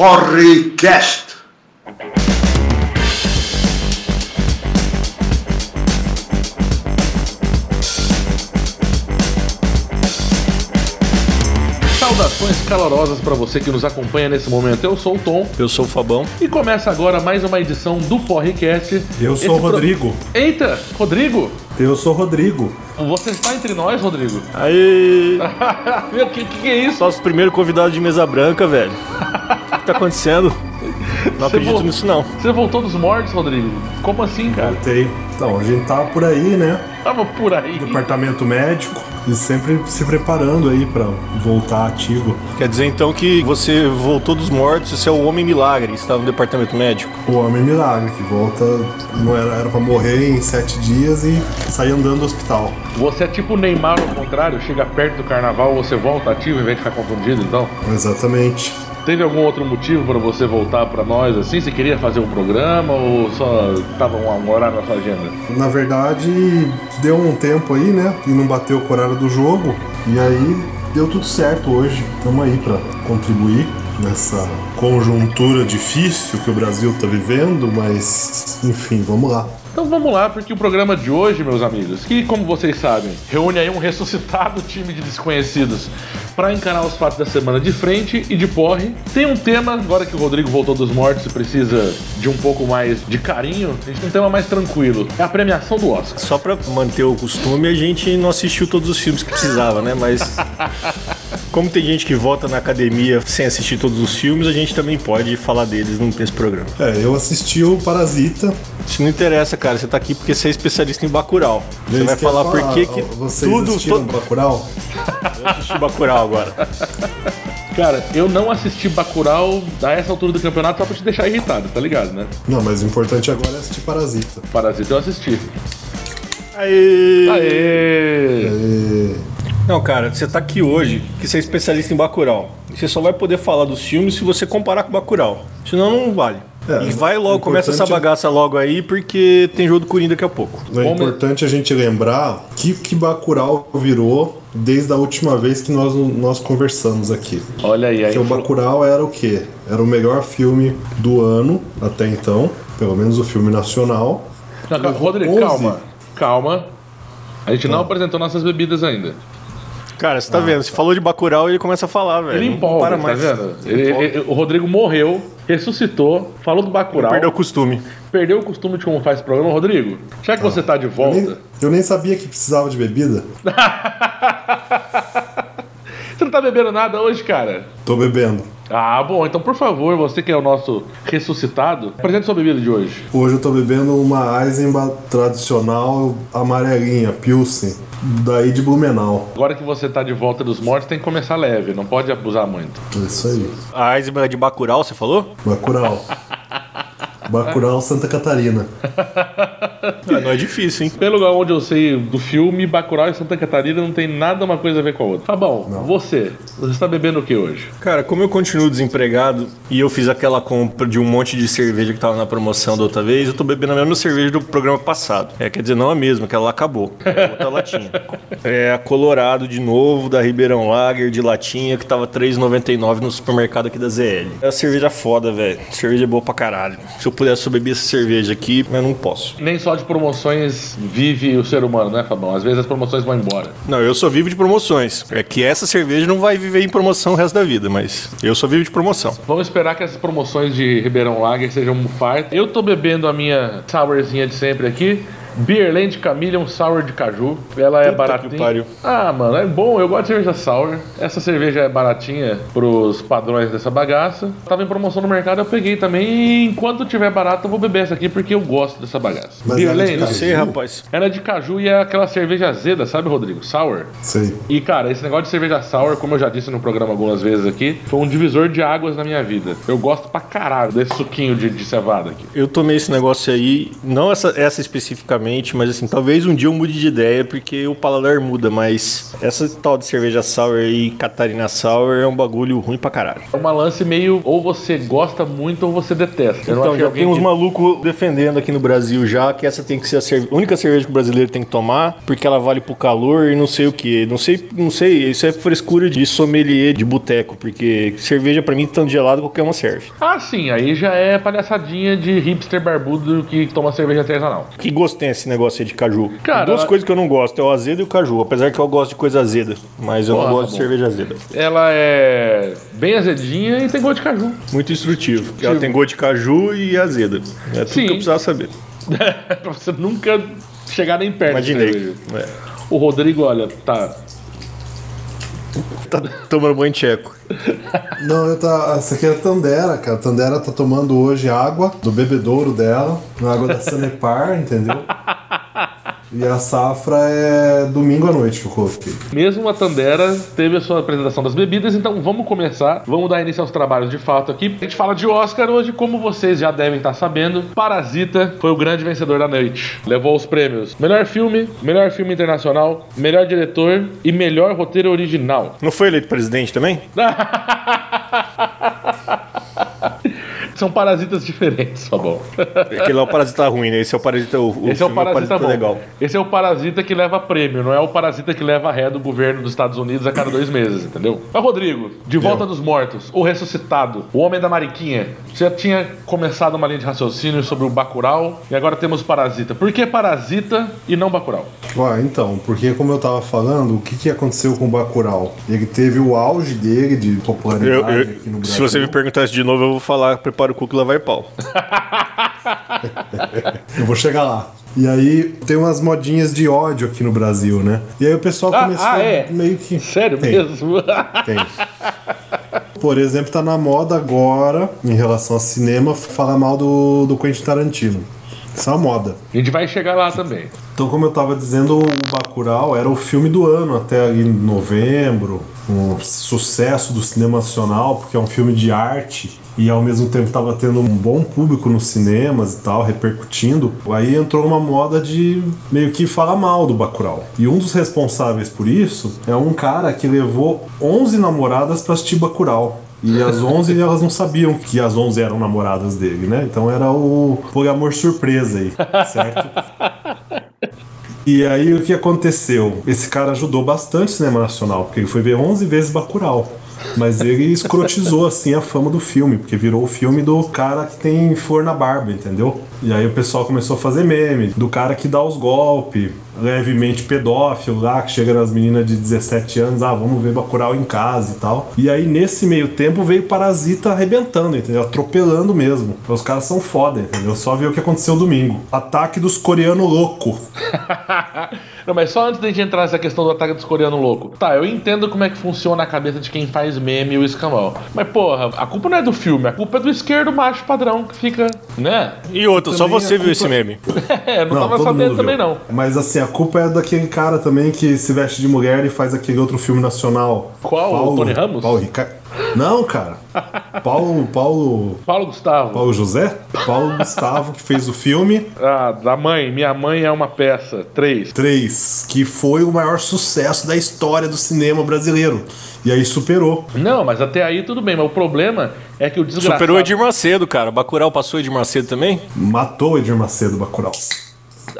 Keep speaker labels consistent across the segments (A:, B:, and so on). A: Forrecast.
B: Saudações calorosas para você que nos acompanha nesse momento. Eu sou o Tom
C: Eu sou o Fabão.
B: e começa agora mais uma edição do Porrecast.
D: Eu
B: Esse
D: sou o
B: pro-
D: Rodrigo.
B: Eita, Rodrigo,
D: Eu sou o Rodrigo.
B: você está entre nós, Rodrigo?
C: Aí,
B: Meu, que, que é isso?
C: nosso primeiro convidado de mesa branca, velho. O que tá acontecendo? Não
B: Você
C: acredito
B: vo-
C: nisso, não.
B: Você voltou dos mortos, Rodrigo? Como assim, cara?
D: Voltei. Então, a gente tá por aí, né?
B: Tava por aí.
D: Departamento médico e sempre se preparando aí pra voltar ativo.
C: Quer dizer então que você voltou dos mortos, você é o homem milagre, está no departamento médico.
D: O Homem Milagre, que volta, não era, era pra morrer em sete dias e sair andando do hospital.
B: Você é tipo o Neymar ao contrário, chega perto do carnaval, você volta ativo em vez de ficar confundido, então?
D: Exatamente.
B: Teve algum outro motivo para você voltar para nós assim? Você queria fazer um programa ou só tava um um horário na sua agenda?
D: Na verdade, deu um tempo aí, né? E não bateu com o horário do jogo. E aí deu tudo certo hoje. Tamo aí pra contribuir nessa conjuntura difícil que o Brasil tá vivendo, mas enfim, vamos lá.
B: Então vamos lá, porque o programa de hoje, meus amigos, que como vocês sabem, reúne aí um ressuscitado time de desconhecidos para encarar os fatos da semana de frente e de porre. Tem um tema, agora que o Rodrigo voltou dos mortos e precisa de um pouco mais de carinho, a gente tem um tema mais tranquilo. É a premiação do Oscar.
C: Só pra manter o costume, a gente não assistiu todos os filmes que precisava, né? Mas. Como tem gente que vota na academia sem assistir todos os filmes, a gente também pode falar deles nesse programa.
D: É, eu assisti o Parasita.
C: Isso não interessa, cara. Você tá aqui porque você é especialista em Bacurau. Você
D: Isso
C: vai
D: que eu ia
C: falar por que que
D: Vocês
C: tudo...
D: assistiram
C: todo-
D: Bacurau?
C: Eu assisti Bacurau agora.
B: Cara, eu não assisti Bacurau a essa altura do campeonato só pra te deixar irritado, tá ligado, né?
D: Não, mas o importante agora é assistir Parasita.
B: Parasita eu assisti.
C: Aê!
B: Aê!
C: Não, cara, você tá aqui hoje que você é especialista em Bacurau. E você só vai poder falar dos filmes se você comparar com Bacurau. Senão não vale.
D: É,
C: e vai logo,
D: o
C: começa essa
D: importante é-
C: bagaça logo aí, porque tem jogo do Coringa daqui a pouco.
D: É importante a gente lembrar que que Bacurau virou desde a última vez que nós, nós conversamos aqui.
B: Olha aí, aí.
D: Porque o Bacurau era o quê? Era o melhor filme do ano até então, pelo menos o filme nacional.
B: Não, calma, Rodrigo,
D: 11.
B: calma. Calma. A gente não apresentou nossas bebidas ainda.
C: Cara, você tá vendo? Você falou de Bacurau e ele começa a falar, velho.
B: Ah, Ele
C: Não
B: empolga,
C: para
B: tá
C: mais.
B: vendo? Ele- ele- o Rodrigo morreu, ressuscitou, falou do Bacurau,
C: Perdeu
B: perdeu...
C: o costume.
B: o costume de como faz programa. Rodrigo, já que você tá de
D: Eu nem,
B: volta,
D: eu nem sabia que precisava de bebida.
B: você não tá bebendo nada hoje, cara?
D: Tô bebendo.
B: Ah, bom, então por favor, você que é o nosso ressuscitado, apresente sua bebida de hoje.
D: Hoje eu tô bebendo uma Eisenbach tradicional amarelinha, Pilsen, daí de Blumenau.
B: Agora que você tá de volta dos mortos, tem que começar leve, não pode abusar muito.
D: É isso aí.
C: A Eisenberg é de Bacurau, você falou?
D: Bacurau. Bacurau Santa Catarina.
C: Ah, não é difícil, hein?
B: Pelo lugar onde eu sei do filme, Bacurau e Santa Catarina não tem nada uma coisa a ver com a outra. Tá bom, você, você tá bebendo o que hoje?
C: Cara, como eu continuo desempregado e eu fiz aquela compra de um monte de cerveja que tava na promoção da outra vez, eu tô bebendo a mesma cerveja do programa passado. É, quer dizer, não a mesma, que ela acabou. É outra latinha. É a Colorado de novo, da Ribeirão Lager, de latinha, que tava R$3,99 no supermercado aqui da ZL. É a cerveja foda, velho. Cerveja é boa pra caralho. Se eu pudesse, eu bebia essa cerveja aqui, mas não posso.
B: Nem só de promoções vive o ser humano, né, Fabão? Às vezes as promoções vão embora.
C: Não, eu só vivo de promoções. É que essa cerveja não vai viver em promoção o resto da vida, mas eu só vivo de promoção.
B: Vamos esperar que essas promoções de Ribeirão Lager sejam um farto. Eu tô bebendo a minha sourzinha de sempre aqui. Beerland Camillion é um Sour de Caju. Ela é
C: que
B: baratinha.
C: pariu.
B: Ah, mano, é bom. Eu gosto de cerveja sour. Essa cerveja é baratinha pros padrões dessa bagaça. Tava em promoção no mercado, eu peguei também. E enquanto tiver barato, eu vou beber essa aqui porque eu gosto dessa bagaça.
D: Mas ela é de
C: Eu
B: Beerland.
D: caju?
C: sei, rapaz.
B: Ela é de caju e é aquela cerveja azeda, sabe, Rodrigo? Sour.
D: Sei.
B: E cara, esse negócio de cerveja sour, como eu já disse no programa algumas vezes aqui, foi um divisor de águas na minha vida. Eu gosto pra caralho desse suquinho de, de cevada aqui.
C: Eu tomei esse negócio aí, não essa, essa especificamente, atualmente, mas assim, talvez um dia eu mude de ideia porque o paladar muda, mas essa tal de cerveja sour e Catarina sour é um bagulho ruim pra caralho.
B: É uma lance meio ou você gosta muito ou você detesta. Eu não
C: Então,
B: acho
C: já
B: alguém
C: tem uns
B: que-
C: malucos defendendo aqui no Brasil já que essa tem que ser a cerve- única cerveja que o brasileiro tem que tomar, porque ela vale pro calor e não sei o que. Não sei, não sei, isso é frescura de sommelier de boteco, porque cerveja pra mim tanto gelado qualquer uma serve.
B: Ah, sim, aí já é palhaçadinha de hipster barbudo que toma cerveja artesanal.
C: Que gosto tem esse negócio aí de caju?
B: Cara,
C: Duas
B: ela-
C: coisas que eu não gosto, é o azedo e o caju, apesar que eu gosto de coisa azeda, mas eu
B: Ah,
C: não
B: tá
C: gosto de
B: bom.
C: cerveja azeda.
B: Ela é bem azedinha e tem gosto de caju.
C: Muito instrutivo. Ela tem gosto de caju e azeda. É tudo
B: Sim.
C: que eu precisava saber.
B: pra você nunca chegar nem perto. da
C: Imaginei.
B: É cerveja. O Rodrigo, olha, tá.
C: É. Tá tomando banho tcheco.
D: Não, eu tá, essa aqui é a Tandera, cara. A Tandera tá tomando hoje água do bebedouro dela, na água da Sanepar, entendeu? E a safra é domingo à noite que eu coloquei.
B: Mesmo a Tandera teve a sua apresentação das bebidas, então vamos começar. Vamos dar início aos trabalhos de fato aqui. A gente fala de Oscar hoje, como vocês já devem estar sabendo. Parasita foi o grande vencedor da noite. Levou os prêmios: melhor filme, melhor filme internacional, melhor diretor e melhor roteiro original.
C: Não foi eleito presidente também?
B: São parasitas diferentes, tá bom?
C: Aquele lá é o parasita ruim, né? Esse é o parasita. O, o
B: Esse é o
C: filme
B: parasita bom.
C: legal.
B: Esse é o parasita que leva prêmio, não é o parasita que leva ré do governo dos Estados Unidos a cada dois meses, entendeu? Mas, Rodrigo, de volta dos mortos, o ressuscitado, o homem da mariquinha. Você já tinha começado uma linha de raciocínio sobre o Bacurau e agora temos parasita. Por que parasita e não Bacurau?
D: Ó, então, porque como eu tava falando, o que, que aconteceu com o Bacurau? Ele teve o auge dele de popularidade
C: Eu- eu-
D: aqui no Brasil.
C: se você me perguntasse de novo, eu vou falar: prepara o cu que lá vai pau.
D: Eu vou chegar lá. E aí tem umas modinhas de ódio aqui no Brasil, né? E aí o pessoal
B: Ah,
D: começou
B: ah, é?
D: meio que.
B: Sério
D: Tem.
B: mesmo?
D: Tem. Por exemplo, tá na moda agora, em relação ao cinema, falar mal do, do Quentin Tarantino. Isso é uma moda.
B: A gente vai chegar lá também.
D: Então, como eu tava dizendo, o Bacurau era o filme do ano até ali em novembro, um sucesso do cinema nacional, porque é um filme de arte e ao mesmo tempo tava tendo um bom público nos cinemas e tal, repercutindo. Aí entrou uma moda de meio que falar mal do Bacurau. E um dos responsáveis por isso é um cara que levou 11 namoradas pra assistir Bacurau. E as 11 elas não sabiam que as 11 eram namoradas dele, né? Então era o poliamor surpresa aí, certo? E aí o que aconteceu? Esse cara ajudou bastante o cinema nacional, porque ele foi ver 11 vezes Bacurau. Mas ele escrotizou assim a fama do filme, porque virou o filme do cara que tem flor na barba, entendeu? E aí o pessoal começou a fazer meme do cara que dá os golpes, levemente pedófilo lá, que chega nas meninas de 17 anos, ah, vamos ver Bacurau em casa e tal. E aí nesse meio tempo veio Parasita arrebentando, entendeu? Atropelando mesmo. Os caras são foda, entendeu? Só ver o que aconteceu domingo. Ataque dos coreanos louco.
B: Não, mas só antes da gente entrar nessa questão do ataque dos coreanos louco. Tá, eu entendo como é que funciona a cabeça de quem faz meme e o escambau. Mas, porra, a culpa não é do filme, a culpa é do esquerdo macho padrão que fica, né?
C: E outra, só
D: Também
C: você
D: a
C: viu
D: culpa-
C: esse meme.
B: É, não, tava
D: todo
B: sabendo
D: mundo
B: também
D: viu.
B: não.
D: Mas assim, a culpa é daquele cara também que se veste de mulher e faz aquele outro filme nacional.
B: Qual? O Tony Ramos?
D: Paulo Ricardo. Não, cara. Paulo, Paulo,
B: Paulo Gustavo.
D: Paulo José? Paulo Gustavo, que fez o filme
B: Ah, da mãe, minha mãe é uma peça. Três.
D: 3, que foi o maior sucesso da história do cinema brasileiro. E aí superou.
B: Não, mas até aí tudo bem, mas o problema é que o desgraçado.
C: Superou Edir Macedo, cara. Bacurau passou Edir Macedo também?
D: Matou Edir Macedo Bacurau.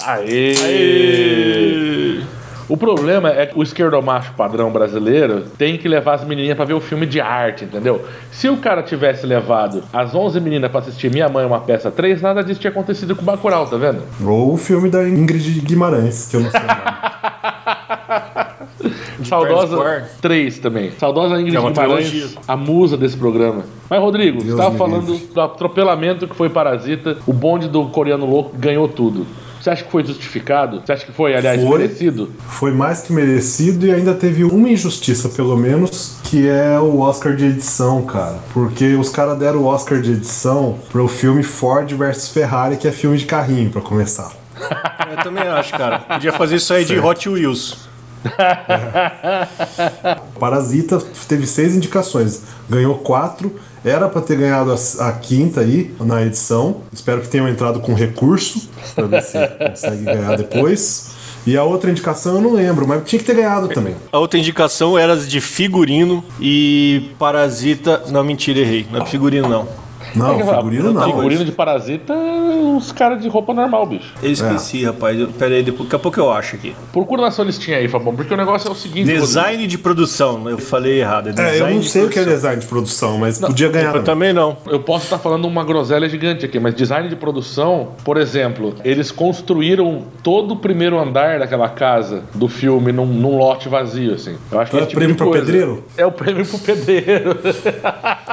B: Aê! O problema é que o esquerdomacho padrão brasileiro tem que levar as menininhas pra ver o filme de arte, entendeu? Se o cara tivesse levado as 11 meninas pra assistir Minha Mãe é uma Peça 3, nada disso tinha acontecido com o Bacurau, tá vendo?
D: Ou o filme da Ingrid Guimarães, que eu não sei o nome.
B: Saudosa
C: Square.
B: 3 também. Saudosa Ingrid
C: É uma
B: Guimarães,
C: trilogia.
B: a musa desse programa. Mas, Rodrigo, você
D: Deus
B: tava
D: me
B: falando
D: livre.
B: do atropelamento que foi Parasita, o bonde do coreano louco ganhou tudo. Você acha que foi justificado? Você acha que foi, aliás,
D: Foi.
B: merecido?
D: Foi mais que merecido e ainda teve uma injustiça, pelo menos, que é o Oscar de edição, cara. Porque os caras deram o Oscar de edição pro filme Ford versus Ferrari, que é filme de carrinho, pra começar.
C: Eu também acho, cara. Podia fazer isso aí de Hot Wheels.
D: Parasita teve seis indicações, ganhou quatro Era pra ter ganhado a, a quinta aí na edição. Espero que tenham entrado com recurso pra ver se consegue ganhar depois. E a outra indicação eu não lembro, mas tinha que ter ganhado também.
C: A outra indicação era de figurino e parasita. Não, mentira, errei. Não é figurino, não.
D: Não,
B: Tem que falar,
D: figurino não.
B: Figurino de parasita, uns caras de roupa normal, bicho.
C: Eu esqueci, rapaz. Eu- Pera aí, depois- daqui a pouco eu acho aqui.
B: Procura na sua listinha aí, Fabão, porque o negócio é o seguinte...
C: Design de produção. Eu falei errado. É,
D: É,
C: design
D: eu não
C: de
D: sei o que é Tá
C: produção.
D: design de produção, mas podia ganhar.
C: Eu também
D: também.
C: não.
B: Eu posso estar falando uma groselha gigante aqui, mas design de produção, por exemplo, eles construíram todo o primeiro andar daquela casa do filme num, num lote vazio, assim. Eu acho que
D: Então
B: esse tipo
D: é
B: de
D: prêmio pro
B: coisa.
D: pedreiro?
B: É o prêmio pro pedreiro.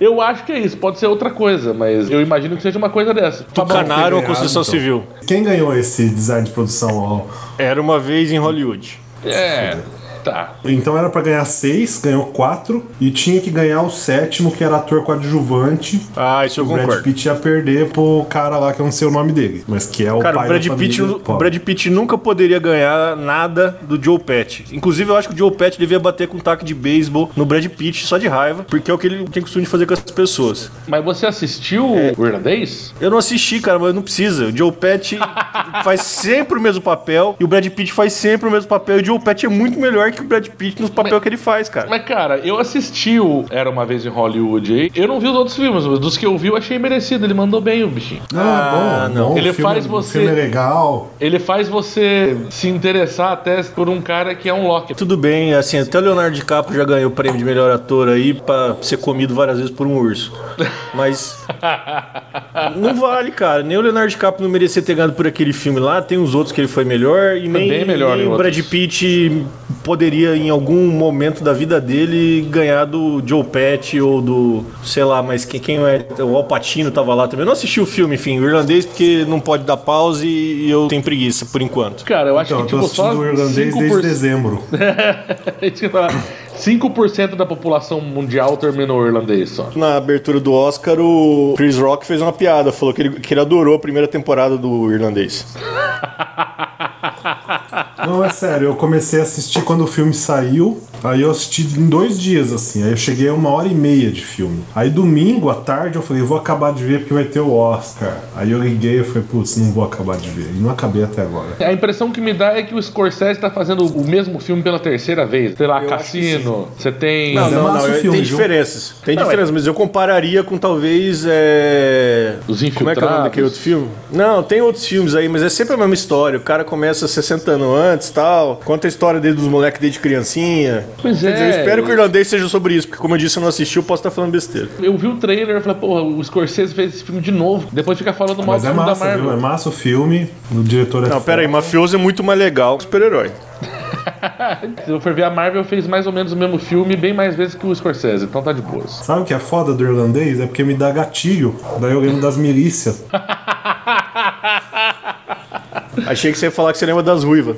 B: Eu acho que é isso, pode ser outra coisa, mas eu imagino que seja uma coisa dessa.
C: Tucanaram a
D: errado,
C: construção
D: então.
C: civil.
D: Quem ganhou esse design de produção? ó?
C: Era uma vez em Hollywood.
B: É, tá.
D: Então era pra ganhar seis, ganhou quatro e tinha que ganhar o sétimo, que era ator coadjuvante.
C: Ah, isso eu
D: O Brad
C: concordo.
D: Pitt ia perder pro cara lá que eu não sei o nome dele, mas que é o
C: Cara, o
D: pai
C: Brad,
D: da
C: Pitt,
D: família
C: o
D: pobre.
C: Brad Pitt nunca poderia ganhar nada do Joe Pet. Inclusive, eu acho que o Joe Pet devia bater com um taco de beisebol no Brad Pitt só de raiva, porque é o que ele tem costume de fazer com as pessoas.
B: Mas você assistiu o irlandês?
C: Eu não assisti, cara, mas não precisa. O Joe Pet faz sempre o mesmo papel e o Brad Pitt faz sempre o mesmo papel. E o Joe Pet é muito melhor que o Brad Pitt nos papéis que ele faz, cara.
B: Mas, cara, eu assisti o Era Uma Vez em Hollywood aí. Eu não vi os outros filmes, mas dos que eu vi eu achei merecido. Ele mandou bem o bichinho.
D: Ah,
C: Ah,
D: bom,
C: não.
D: bom,
B: Ele
D: filme-
B: faz você-
D: filme é legal.
B: Ele faz você se interessar até por um cara que é um Loki.
C: Tudo bem, assim, até o Leonardo DiCaprio já ganhou o prêmio de melhor ator aí pra ser comido várias vezes por um urso. Mas não vale, cara. Nem o Leonardo DiCaprio não merecia ter ganhado por aquele filme lá. Tem uns outros que ele foi melhor e nem,
B: bem melhor
C: nem
B: em
C: o Brad
B: outros.
C: Pitt poderia em algum momento da vida dele ganhar do Joe Pesci ou do, sei lá, mas quem, quem é, o Al Pacino tava lá também. Eu não assisti o filme, enfim, o irlandês porque não pode dar pause e eu tenho preguiça por enquanto.
B: Cara, eu acho
D: Então, eu
B: que
D: tô
B: tipo, só
D: assistindo o irlandês desde
B: 5%,
D: dezembro.
B: Isso que eu ia falar. 5 da população mundial terminou o irlandês só.
C: Na abertura do Oscar, o Chris Rock fez uma piada, falou que ele, que ele adorou a primeira temporada do Irlandês.
D: Não, é sério, eu comecei a assistir quando o filme saiu. Aí eu assisti em dois dias, assim. Aí eu cheguei a uma hora e meia de filme. Aí domingo à tarde eu falei, vou acabar de ver porque vai ter o Oscar. Aí eu liguei e falei, putz, não vou acabar de ver. E não acabei até agora.
B: A impressão que me dá é que o Scorsese tá fazendo o mesmo filme pela terceira vez. Sei lá,
C: acho que
B: Cassino. Você tem.
C: Não,
D: Mas é
C: não,
D: massa
C: não,
D: o
C: eu-
D: filme,
C: tem
D: viu?
C: diferenças. Tem
B: Não,
C: diferenças, mas eu compararia com talvez. É...
B: Os
C: Como é que é o nome
B: Infiltrados.
C: daquele outro filme? Não, tem outros filmes aí, mas é sempre a mesma história. O cara começa 60 anos antes tal, conta a história dele dos moleques desde criancinha.
B: Pois
C: Quer dizer, eu
B: é.
C: espero que o irlandês seja sobre isso, porque como eu disse, eu não assisti, eu posso estar falando besteira.
B: Eu vi o trailer e falei, porra, o Scorsese fez esse filme de novo. Depois fica falando mal
D: Mas
B: do
D: é
B: filme da
D: massa, viu? É
B: Marvel.
D: massa o filme. O diretor é
C: Não, pera aí, mafioso é muito mais legal que super-herói.
B: Se eu for ver, a Marvel fez mais ou menos o mesmo filme bem mais vezes que o Scorsese. Então tá de boas.
D: Sabe o que é foda do irlandês? É porque me dá gatilho. Daí eu lembro das milícias.
C: Achei que você ia falar que você lembra das ruivas.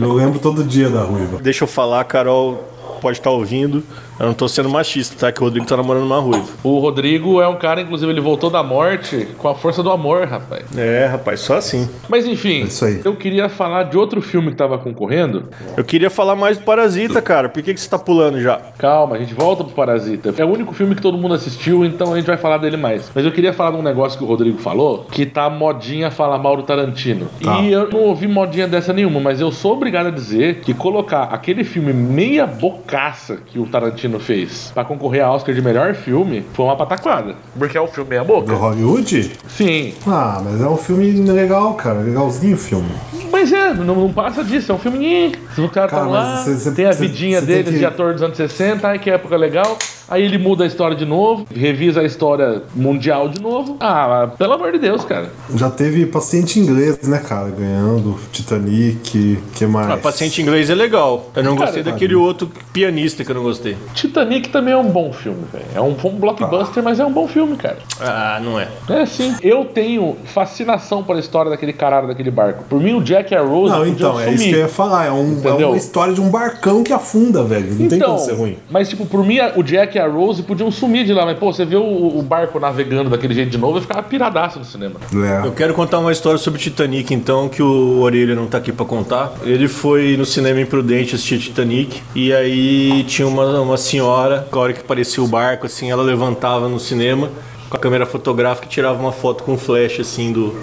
D: Eu lembro todo dia da ruiva.
C: Deixa eu falar, a Carol pode estar ouvindo. Eu não tô sendo machista, tá? Que o Rodrigo tá namorando uma ruiva.
B: O Rodrigo é um cara, inclusive, ele voltou da morte com a força do amor, rapaz.
C: É, rapaz, só assim.
B: Mas enfim,
D: É isso aí.
B: eu queria falar de outro filme que tava concorrendo.
C: Eu queria falar mais do Parasita, cara. Por que, que você tá pulando já?
B: Calma, a gente volta pro Parasita. É o único filme que todo mundo assistiu, então a gente vai falar dele mais. Mas eu queria falar de um negócio que o Rodrigo falou, que tá modinha falar mal do Tarantino.
D: Tá.
B: E eu não ouvi modinha dessa nenhuma, mas eu sou obrigado a dizer que colocar aquele filme meia bocaça que o Tarantino fez pra concorrer a Oscar de melhor filme foi uma pataquada. Porque é o filme meia
D: Do
B: boca.
D: Hollywood?
B: Sim,
D: Ah, mas é um filme legal, cara. Legalzinho o filme.
B: Mas é, não, não passa disso, é um filme. nhê. O cara, tá
D: Cara, mas
B: lá,
D: cê- cê-
B: tem a
D: cê-
B: vidinha
D: cê tem
B: dele
D: que-
B: de ator dos anos 60, ai que época legal. Aí ele muda a história de novo, revisa a história mundial de novo. Ah, pelo amor de Deus, cara.
D: Já teve paciente inglês, né, cara? Ganhando Titanic, que mais?
C: Ah, paciente inglês é legal. Eu não
B: Cara,
C: gostei
B: cara.
C: daquele outro pianista que eu não gostei.
B: Titanic também é um bom filme, velho. É um, um
D: Ah.
B: blockbuster, mas é um bom filme, cara.
C: Ah, não é.
B: É sim. Eu tenho fascinação pela história daquele caralho daquele barco. Por mim, o Jack e a Rose.
D: Não,
B: podiam
D: então, é isso
B: sumir.
D: que eu ia falar. É, um- é
B: Entendeu?
D: uma história de um barcão que afunda, velho. Não tem como ser ruim.
B: Mas, Então, tipo, por mim, a- o Jack e a Rose podiam sumir de lá, mas pô, você vê o, o barco navegando daquele jeito de novo, eu ficava piradaço no cinema.
C: Eu
D: É.
C: quero contar uma história sobre Titanic, então, que o Orelha não tá aqui pra contar. Ele foi no cinema imprudente assistir Titanic, e aí tinha uma, uma senhora, com a hora que aparecia o barco, assim, ela levantava no cinema com a câmera fotográfica e tirava uma foto com flash, assim, do.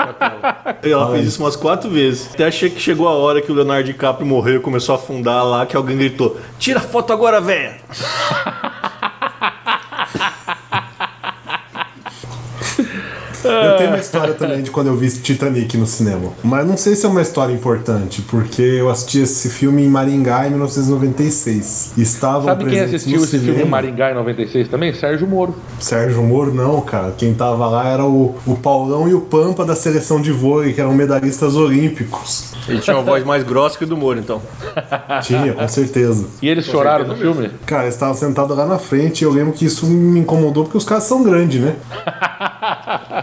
C: da tela. E Ela fez isso umas quatro vezes. Até achei que chegou a hora que o Leonardo DiCaprio morreu e começou a afundar lá, que alguém gritou: Tira a foto agora, véia!
B: É.
D: Eu tenho uma história também de quando eu vi Titanic no cinema. Mas não sei se é uma história importante, porque eu assisti esse filme em Maringá em 1996. Estavam
B: Sabe quem
D: presentes
B: assistiu
D: no
B: esse
D: cinema.
B: filme Maringá em 96 também? Sérgio Moro.
D: Sérgio Moro, não, cara. Quem tava lá era o, o Paulão e o Pampa da seleção de vôlei, que eram medalhistas olímpicos.
C: Ele tinha uma voz mais grossa que o do Moro, então.
D: Tinha, com certeza.
B: E eles choraram no filme?
D: Cara, eu estava sentado lá na frente e eu lembro que isso me incomodou porque os caras são grandes, né?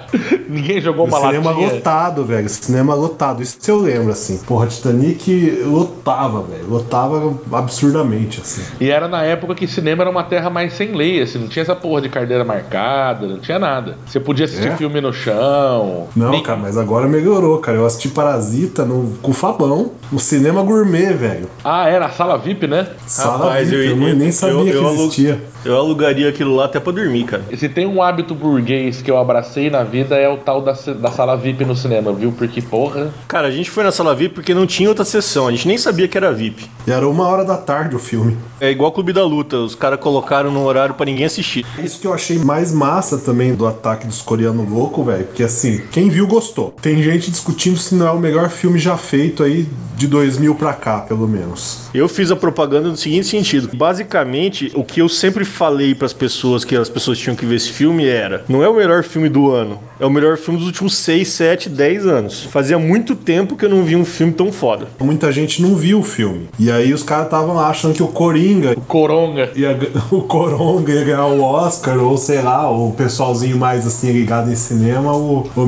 B: Ninguém jogou uma
D: O cinema
B: latinha.
D: lotado, velho. Cinema lotado. Isso eu lembro, assim. Porra, Titanic lotava, velho. Lotava absurdamente, assim.
B: E era na época que cinema era uma terra mais sem lei, assim, não tinha essa porra de carteira marcada, não tinha nada. Você podia assistir
D: É?
B: filme no chão.
D: Não,
B: Nem-
D: cara, mas agora melhorou, cara. Eu assisti Parasita no, com o Fabão, no cinema gourmet, velho.
B: Ah, era a sala VIP, né?
D: Sala VIP, eu, nem- nem sabia que
C: alu-
D: existia.
C: eu alugaria aquilo lá até pra dormir, cara.
B: E se tem um hábito burguês que eu abracei na vida é o tal da, ce- da sala VIP no cinema, viu? Porque, porra.
C: Cara, a gente foi na sala VIP porque não tinha outra sessão, a gente nem sabia que era VIP.
D: E era uma hora da tarde o filme.
C: É igual Clube da Luta, os caras colocaram num horário pra ninguém assistir.
D: Isso que eu achei mais massa também do ataque dos coreanos louco, velho. Porque assim, quem viu gostou. Tem gente discutindo se não é o melhor filme já feito aí de 2000 pra cá, pelo menos.
C: Eu fiz a propaganda no seguinte sentido. Basicamente, o que eu sempre falei pras pessoas que as pessoas tinham que ver esse filme era: não é o melhor filme do ano, é o melhor filme dos últimos 6, 7, 10 anos. Fazia muito tempo que eu não via um filme tão foda.
D: Muita gente não viu o filme. E aí os caras estavam achando que o Coringa
B: Coronga.
D: ia, gan- o Coronga ia ganhar o Oscar, ou sei lá, o pessoalzinho mais assim ligado em cinema, o, o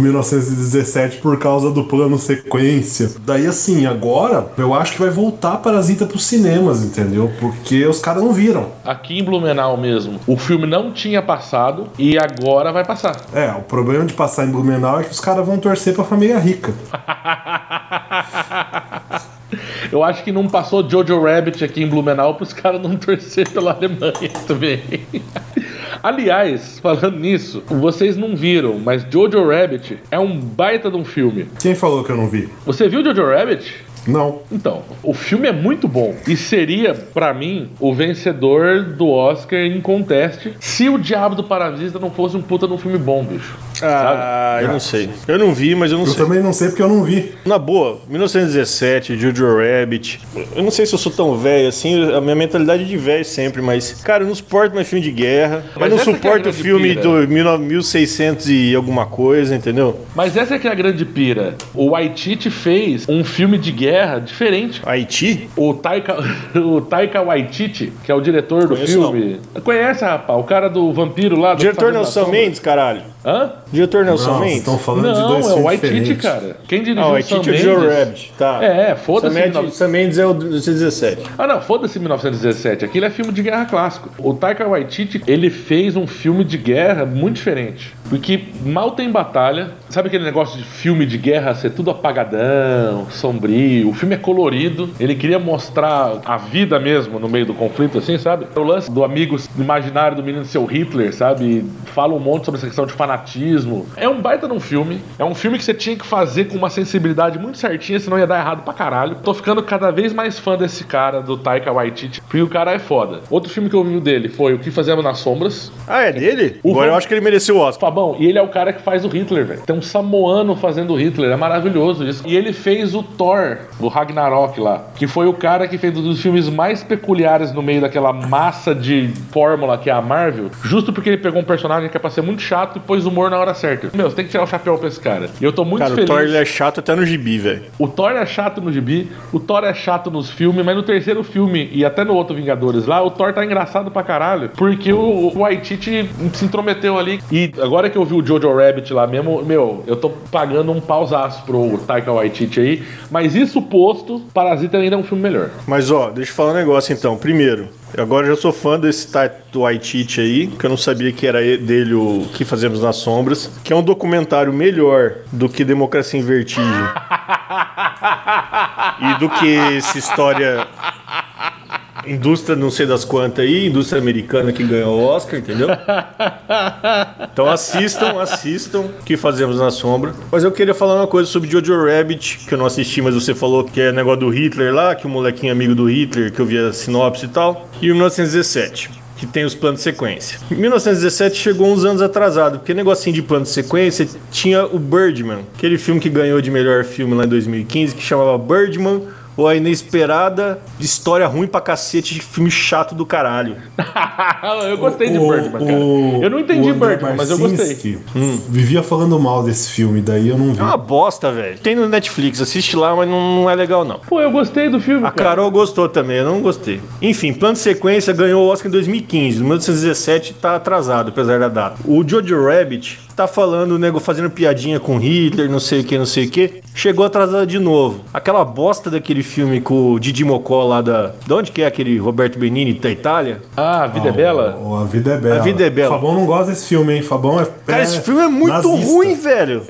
D: 1917 por causa do plano sequência. Daí assim, agora eu acho que vai voltar Parasita pros cinemas, entendeu? Porque os caras não viram.
B: Aqui em Blumenau mesmo, o filme não tinha passado e agora vai passar.
D: É, o problema de passar em Blumenau é que os caras vão torcer pra família rica.
B: Eu acho que não passou Jojo Rabbit aqui em Blumenau para os caras não torcer pela Alemanha também. Aliás, falando nisso, vocês não viram, mas Jojo Rabbit é um baita de um filme.
D: Quem falou que eu não vi?
B: Você viu Jojo Rabbit?
D: Não.
B: Então, o filme é muito bom e seria, pra mim, o vencedor do Oscar em conteste se o Diabo do Parasita não fosse um puta de um filme bom, bicho.
C: Ah, eu não sei. Eu não vi, mas eu não
D: Eu
C: sei.
D: também não sei porque eu não vi.
C: Na boa, 1917, Jojo Rabbit. Eu não sei se eu sou tão velho assim, a minha mentalidade é de velho sempre, mas, cara, eu não suporto mais filme de guerra.
B: Mas
C: eu não
B: essa que é a
C: suporto
B: grande
C: filme
B: pira.
C: do 19- 1600 e alguma coisa, entendeu?
B: Mas essa é que é a grande pira. O Waititi fez um filme de guerra diferente.
C: Haiti?
B: O Taika, o Taika Waititi, que é o diretor do
C: Conheço
B: filme. Conhece, rapaz? O cara do vampiro lá. Do
C: Diretor
B: Fazenda
C: Nelson
B: Sombra.
C: Mendes, caralho.
B: Hã?
C: Diretor Nelson
D: Não, vocês
C: Mendes.
D: estão falando de
B: Não,
D: dois
B: é o
D: filmes
B: Waititi,
D: diferentes.
B: cara. Quem dirigiu
C: Ah, o
B: o
C: Haiti
B: Sam
C: é o Joe
B: Mendes?
C: Rabbit, tá.
B: É, foda-se.
C: Sam Mendes-
B: não-
C: Sam Mendes é o 1917.
B: Ah, não, foda-se 1917. Aquilo é filme de guerra clássico. O Taika Waititi, ele fez um filme de guerra muito diferente. Porque mal tem batalha. Sabe aquele negócio de filme de guerra ser tudo apagadão, sombrio? O filme é colorido. Ele queria mostrar a vida mesmo no meio do conflito, assim, sabe? O lance do amigo imaginário do menino seu Hitler, sabe? Fala um monte sobre essa questão de fanatismo. É um baita de um filme. É um filme que você tinha que fazer com uma sensibilidade muito certinha, senão ia dar errado pra caralho. Tô ficando cada vez mais fã desse cara, do Taika Waititi, porque o cara é foda. Outro filme que eu vi dele foi O Que Fazemos nas Sombras.
C: Ah, é dele?
B: O
C: Agora eu
B: Ron-
C: acho que ele mereceu o Oscar.
B: Fabão, e ele é o cara que faz o Hitler, velho. Tem um samoano fazendo o Hitler, é maravilhoso isso. E ele fez o Thor, do Ragnarok lá, que foi o cara que fez um dos filmes mais peculiares no meio daquela massa de fórmula que é a Marvel, justo porque ele pegou um personagem que é pra ser muito chato e pôs humor na hora certa. Meu, você tem que tirar o chapéu pra esse cara. E eu tô muito
C: Cara, o
B: feliz.
C: Thor ele é chato até no gibi, velho.
B: O Thor é chato no gibi, o Thor é chato nos filmes, mas no terceiro filme e até no outro Vingadores lá, o Thor tá engraçado pra caralho, porque o, o Waititi se intrometeu ali. E agora hora que eu vi o Jojo Rabbit lá mesmo, meu, eu tô pagando um pausaço pro Taika Waititi aí. Mas isso posto, Parasita ainda é um filme melhor.
C: Mas ó, deixa eu falar um negócio então. Primeiro, agora eu já sou fã desse Taito Waititi aí, que eu não sabia que era dele o Que Fazemos nas Sombras, que é um documentário melhor do que Democracia em Vertigem. e do que essa história indústria não sei das quantas aí, indústria americana que ganhou o Oscar, entendeu? Então assistam, assistam o que fazemos na sombra. Mas eu queria falar uma coisa sobre Jojo Rabbit, que eu não assisti, mas você falou que é negócio do Hitler lá, que o molequinho é amigo do Hitler, que eu via sinopse e tal. E o 1917 que tem os planos de sequência. 1917 chegou uns anos atrasado, porque negocinho de plano de sequência tinha o Birdman, aquele filme que ganhou de melhor filme lá em 2015, que chamava Birdman ou a inesperada história ruim pra cacete de filme chato do caralho.
B: Ah, eu gostei de
D: O-
B: Birdman, cara.
D: o-
B: Eu não entendi
D: o André
B: Birdman, mas eu gostei.
D: Barcinski Vivia falando mal desse filme, daí eu não vi.
C: É
B: Ah,
C: uma bosta, velho. Tem no Netflix, assiste lá, mas não, não é legal não.
B: Pô, eu gostei do filme,
C: A
B: cara.
C: Carol gostou também, eu não gostei. Enfim, plano de sequência ganhou o Oscar em 2015. 1917 tá atrasado, apesar da data. O Jojo Rabbit tá falando, o nego fazendo piadinha com Hitler, não sei o que, não sei o que. Chegou atrasado de novo. Aquela bosta daquele filme com o Didi Mocó lá da. De onde que é aquele Roberto Benini da Itália?
B: Ah, a vida é bela?
D: Ó, a vida é bela.
C: A Vida é Bela.
D: Fabão não gosta desse filme, hein? Fabão é.
C: Cara, esse filme é muito
D: nazista.
C: ruim, velho.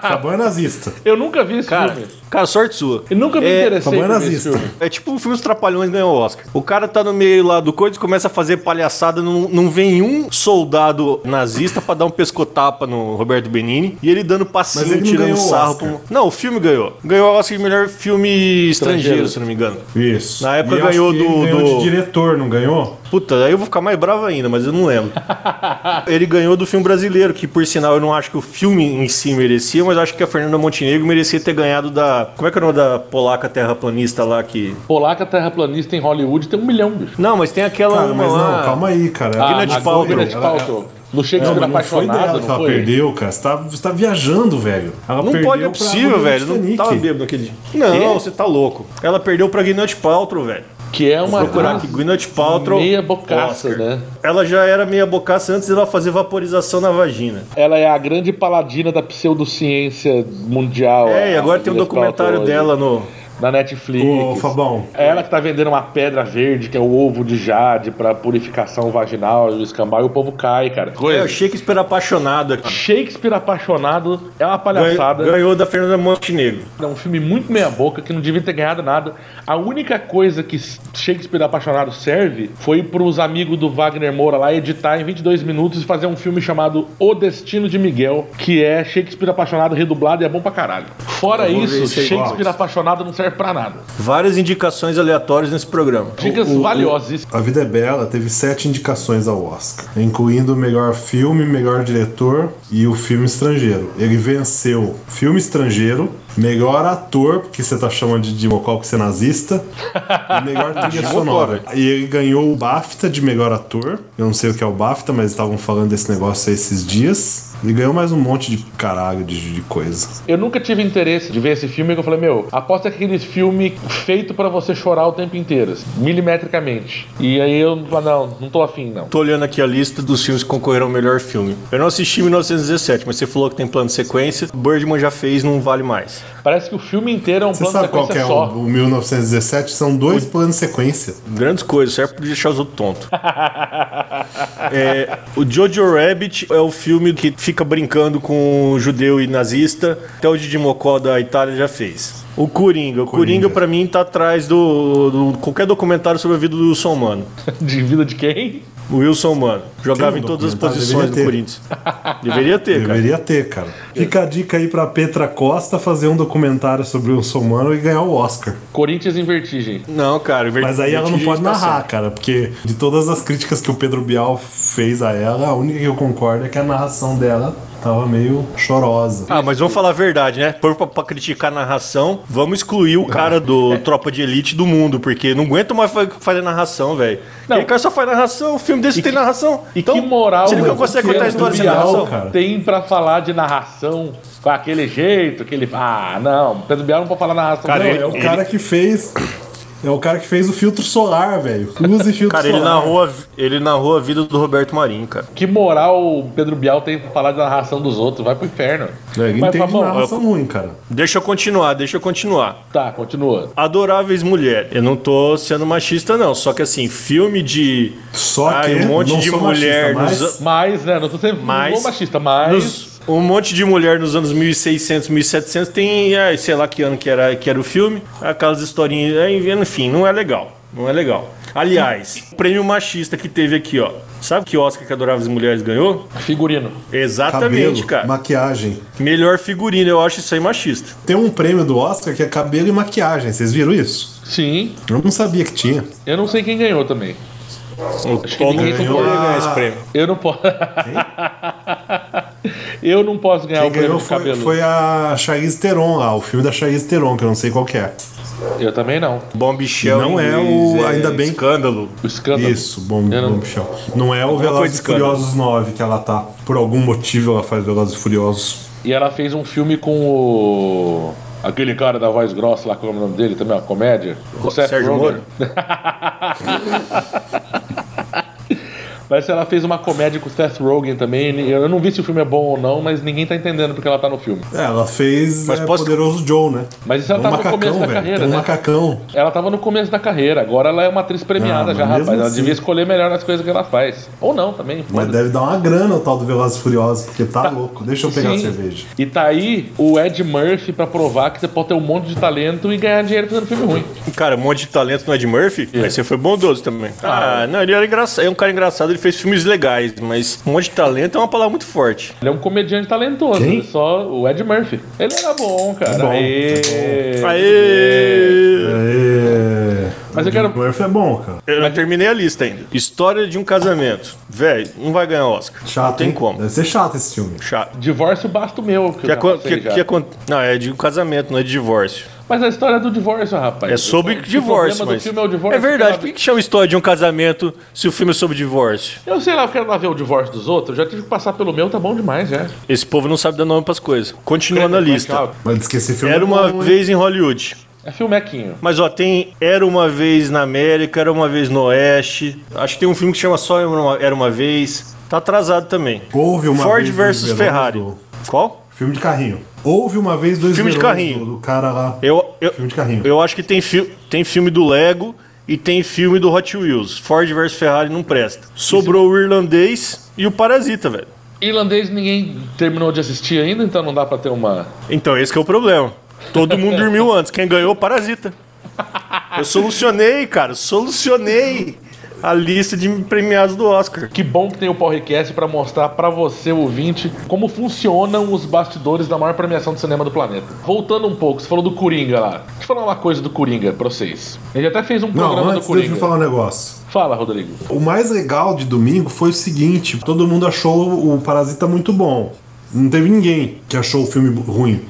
D: Fabão é nazista.
B: Eu nunca vi esse
C: Cara,
B: filme.
C: cara, sorte sua.
B: Eu nunca me
C: É,
B: interessei
D: Fabão é
B: por esse
D: nazista.
B: filme.
C: É tipo o filme Os Trapalhões ganhou o Oscar. O cara tá no meio lá do coisa, começa a fazer palhaçada, não, não vem um soldado nazista pra dar um pescotapa no Roberto Benini e ele dando
D: Mas
C: passinho,
D: ele não
C: tirando
D: ganhou o
C: sarro.
D: Oscar.
C: pro- Não, o filme ganhou. Ganhou o Oscar de melhor filme estrangeiro,
B: Estrangeiro.
C: se não me engano.
D: Isso.
C: Na época
D: E eu
C: ganhou
D: acho que
C: do-
D: Ele ganhou
C: do-
D: de diretor, não ganhou?
C: Puta, aí eu vou ficar mais bravo ainda, mas eu não lembro. ele ganhou do filme brasileiro, que por sinal eu não acho que o filme em si merecia, mas eu acho que a Fernanda Montenegro merecia ter ganhado da. Como é que é o nome da polaca terraplanista lá que.
B: Polaca terraplanista em Hollywood tem um milhão, bicho.
C: Não, mas tem aquela.
D: Cara,
C: uma
D: mas
C: lá-
D: não, calma aí, cara.
B: Ah,
C: Gwyneth
B: a
C: Paltrow.
B: Gwyneth
D: Ela-
B: Paltrow. No
D: Não,
B: Shakespeare
D: mas não foi
B: apaixonado,
D: dela
B: não
D: que ela
B: foi?
D: perdeu, cara. Você tá, você tá viajando, velho. Ela
C: Não
D: perdeu
C: pode, é
D: pra
C: possível,
D: Mulher
C: velho.
D: do
C: Não
D: Titanic.
C: tava bêbado aquele dia. Não, você tá louco. Ela perdeu pra Gwyneth Paltrow, velho.
B: Que é uma
C: Procurar aqui, Gwyneth Paltrow.
B: meia bocaça,
C: Oscar.
B: né?
C: Ela já era meia bocaça antes dela fazer vaporização na vagina.
B: Ela é a grande paladina da pseudociência mundial.
C: É, e
B: a
C: agora tem um
B: Gwyneth
C: documentário
B: Paltrow,
C: dela no.
B: Na Netflix.
D: Ô, Fabão.
B: É ela que tá vendendo uma pedra verde, que é o ovo de jade, pra purificação vaginal e o escambau, e o povo cai, cara.
C: É
B: Coisa.
C: o Shakespeare apaixonado aqui.
B: Shakespeare apaixonado é uma
C: Ganhou,
B: palhaçada.
C: ganhou da Fernanda Montenegro.
B: É um filme muito meia-boca que não devia ter ganhado nada. A única coisa que Shakespeare Apaixonado serve foi pros amigos do Wagner Moura lá editar em 22 minutos e fazer um filme chamado O Destino de Miguel, que é Shakespeare Apaixonado redublado e é bom pra caralho. Fora
C: Eu vou ver
B: isso,
C: isso aí,
B: Shakespeare
C: Wallace.
B: Apaixonado não serve pra nada.
C: Várias indicações aleatórias nesse programa.
B: Dicas valiosíssimas.
D: A Vida é Bela teve sete indicações ao Oscar, incluindo o melhor filme, melhor diretor e o filme estrangeiro. Ele venceu filme estrangeiro, melhor ator, porque você tá chamando de Dimocó porque você é nazista, e melhor trilha
B: né?
D: sonora. E ele ganhou o BAFTA de melhor ator. Eu não sei o que é o BAFTA, mas estavam falando desse negócio aí esses dias. E ganhou mais um monte de caralho de, de coisa.
B: Eu nunca tive interesse de ver esse filme que eu falei, meu, aposta que é aquele filme feito pra você chorar o tempo inteiro, assim, milimetricamente. E aí eu, ah, não, não tô afim, não.
C: Tô olhando aqui a lista dos filmes que concorreram ao melhor filme. Eu não assisti 1917, mas você falou que tem plano de sequência. Birdman já fez, não vale mais.
B: Parece que o filme inteiro é um
D: Você
B: plano de
D: sabe qual que
B: sequência
D: é
B: só.
D: o, o 1917? São dois planos de sequência.
C: Grandes coisas, serve pra deixar os outros tontos. É, o Jojo Rabbit é o filme que fica brincando com judeu e nazista. Até o Didi Mocó da Itália já fez. O Coringa. O Coringa,
D: Coringa.
C: pra mim, tá atrás do, do- qualquer documentário sobre a vida do Wilson Mano.
B: De vida de quem?
C: O Wilson Mano. Jogava
D: Tem um
C: em todas as
D: documentário,
C: posições do
D: deveria
C: Corinthians. Deveria ter, cara.
D: Deveria ter, cara. Fica a dica aí pra Petra Costa fazer um documentário sobre o Wilson Mano e ganhar o Oscar.
B: Corinthians em Vertigem.
C: Não, cara. o Vert-
D: Mas aí ela não
C: Vertigem
D: pode
C: tá
D: narrar,
C: certo.
D: cara, porque de todas as críticas que o Pedro Bial fez a ela, a única que eu concordo é que a narração dela tava meio chorosa.
C: Ah, mas vamos falar a verdade, né? Por pra, pra criticar a narração, vamos excluir o cara do Tropa de Elite do mundo, porque não aguento mais fa- fazer narração, velho.
B: Não.
C: Aquele cara só faz narração, o filme desse tem narração. Então,
B: que moral,
C: se ele não
B: mano,
C: consegue
B: que
C: contar a
B: é
C: história sem
D: mundial,
C: narração,
D: cara.
B: Tem pra falar de narração com aquele jeito, aquele. Ah, não, Pedro Bial não pode falar narração.
C: Cara,
B: não,
C: ele-
D: É
B: eu-
D: o cara que fez É o cara que fez o filtro solar, velho. Use filtro
C: Cara,
D: solar.
C: ele narrou, a, ele narrou a vida do Roberto Marinho, cara.
B: Que moral o Pedro Bial tem pra falar da narração dos outros? Vai pro inferno.
D: É, ele
B: Mas,
D: entende
B: Fabão,
D: narração ruim, cara.
C: Deixa eu continuar, deixa eu continuar.
B: Tá, continua.
C: Adoráveis mulheres. Eu não tô sendo machista, não. Só que assim, filme de.
D: Só
C: Ai,
D: que
C: um monte
D: não
C: de
D: sou
C: mulher
D: machista,
C: nos-
B: Mas, né, não tô sendo
C: Mas-
B: não sou machista, mas...
C: nos- um monte de mulher nos anos 1600, 1700 tem, ai, sei lá que ano que era, que era o filme, aquelas historinhas, ai, enfim, não é legal, não é legal. Aliás, o prêmio machista que teve aqui, ó. Sabe que Oscar que Adoráveis Mulheres ganhou?
B: Figurino.
C: Exatamente,
D: cabelo,
C: cara.
D: maquiagem.
C: Melhor figurino, eu acho isso aí machista.
D: Tem um prêmio do Oscar que é cabelo e maquiagem. Vocês viram isso?
B: Sim.
D: Eu não sabia que tinha.
B: Eu não sei quem ganhou também. que
C: Todo
B: ninguém
C: mundo
B: ganhou.
C: poderia ganhar esse prêmio.
B: Eu não posso... eu não posso ganhar
D: Quem
B: o prêmio
D: É, ganhou
B: de
D: foi,
B: cabelo.
D: foi a Charlize Theron lá, o filme da Charlize Theron, que eu não sei qual que é.
B: Eu também não.
C: Bombshell
D: Não
C: em
D: é
C: inglês,
D: o- ainda bem-
C: Escândalo.
B: O escândalo.
D: Isso, bom,
B: Eu não-
D: bom bichão. Não é o
C: coisa
D: Velozes
C: de
D: e Furiosos 9 que ela tá. Por algum motivo ela faz Velozes e Furiosos.
B: E ela fez um filme com o... Aquele cara da voz grossa lá, como é o nome dele também, uma comédia. O Seth
C: Sérgio
B: Rogen.
C: Moro?
B: Mas ela fez uma comédia com o Seth Rogen também. Eu não vi se o filme é bom ou não, mas ninguém tá entendendo porque ela tá no filme.
D: É, ela fez
C: Mas
D: é,
C: posso-
D: Poderoso Joe, né?
B: Mas isso ela
D: É
B: tá no começo da carreira,
D: Tem um
B: né?
D: macacão.
B: Ela tava no começo da carreira, agora ela é uma atriz premiada
D: Ah,
B: já,
D: mas
B: rapaz.
D: mesmo
B: Ela
D: assim.
B: devia escolher melhor as coisas que ela faz. Ou não também.
D: Mas
B: foda-se.
D: deve dar uma grana o tal do Velozes e Furiosos, porque tá louco. Deixa eu pegar
B: Sim.
D: a cerveja.
B: E tá aí o Ed Murphy pra provar que você pode ter um monte de talento e ganhar dinheiro fazendo filme ruim.
C: Cara, um monte de talento no Ed Murphy.
B: É.
C: Aí você foi bondoso também. Ah, não, ele era engraçado. É um cara engraçado, ele fez filmes legais, mas um monte de talento é uma palavra muito forte.
B: Ele é um comediante talentoso,
D: Quem?
B: ele só o Ed Murphy. Ele era bom, cara.
D: Bom,
B: Aê.
C: Aê!
D: É...
B: Mas eu quero-
D: O Murphy é bom, cara.
C: Eu não terminei a lista ainda. História de um casamento. Véi, não vai ganhar Oscar.
D: Chato,
C: Não tem
D: hein?
C: como.
D: Deve ser chato esse filme.
C: Chato.
B: Divórcio basta o meu. Que
C: Que
B: eu já
C: acon-
B: passei
C: que-
B: já.
C: que acon- Não, é de um casamento, não é de divórcio.
B: Mas a história do divórcio, rapaz.
C: É sobre
B: O
C: divórcio,
B: problema do
C: mas.
B: filme é o divórcio.
C: verdade, por
B: cara.
C: que, que chama história de um casamento se o filme é sobre divórcio?
B: Eu sei lá, eu quero lá ver o divórcio dos outros. Eu já tive que passar pelo meu, tá bom demais, já.
C: Esse povo não sabe dar nome pras coisas. Continuando a lista.
D: Mas diz que esse filme
C: Era
D: é
C: uma
D: bom, hein?
C: vez em Hollywood.
B: É filmequinho.
C: Mas ó, tem Era Uma Vez na América, Era Uma Vez no Oeste. Acho que tem um filme que chama só Era Uma, Era Uma Vez. Tá atrasado também.
D: Houve uma
C: Ford
D: vez em
C: versus
D: Verões
C: Ferrari.
D: do-
C: Qual?
D: Filme de carrinho. Houve uma vez dois
C: Filme de
D: Verões
C: carrinho.
D: Do, do cara lá.
C: Eu, eu,
D: Filme de carrinho.
C: eu acho que tem, fi tem filme do Lego e tem filme do Hot Wheels. Ford versus Ferrari não presta. Sobrou o Irlandês e o Parasita, velho.
B: Irlandês ninguém terminou de assistir ainda, então não dá pra ter uma.
C: Então esse que é o problema. Todo mundo dormiu antes. Quem ganhou, o Parasita. Eu solucionei, cara. Solucionei a lista de premiados do Oscar.
B: Que bom que tem o Paul Request pra mostrar pra você, ouvinte, como funcionam os bastidores da maior premiação de cinema do planeta. Voltando um pouco, você falou do Coringa lá. Deixa eu falar uma coisa do Coringa pra vocês. Ele até fez um
D: Não,
B: programa do
D: antes deixa
B: Coringa.
D: eu falar um negócio.
B: Fala, Rodrigo.
D: O mais legal de domingo foi o seguinte: todo mundo achou o Parasita muito bom. Não teve ninguém que achou o filme ruim.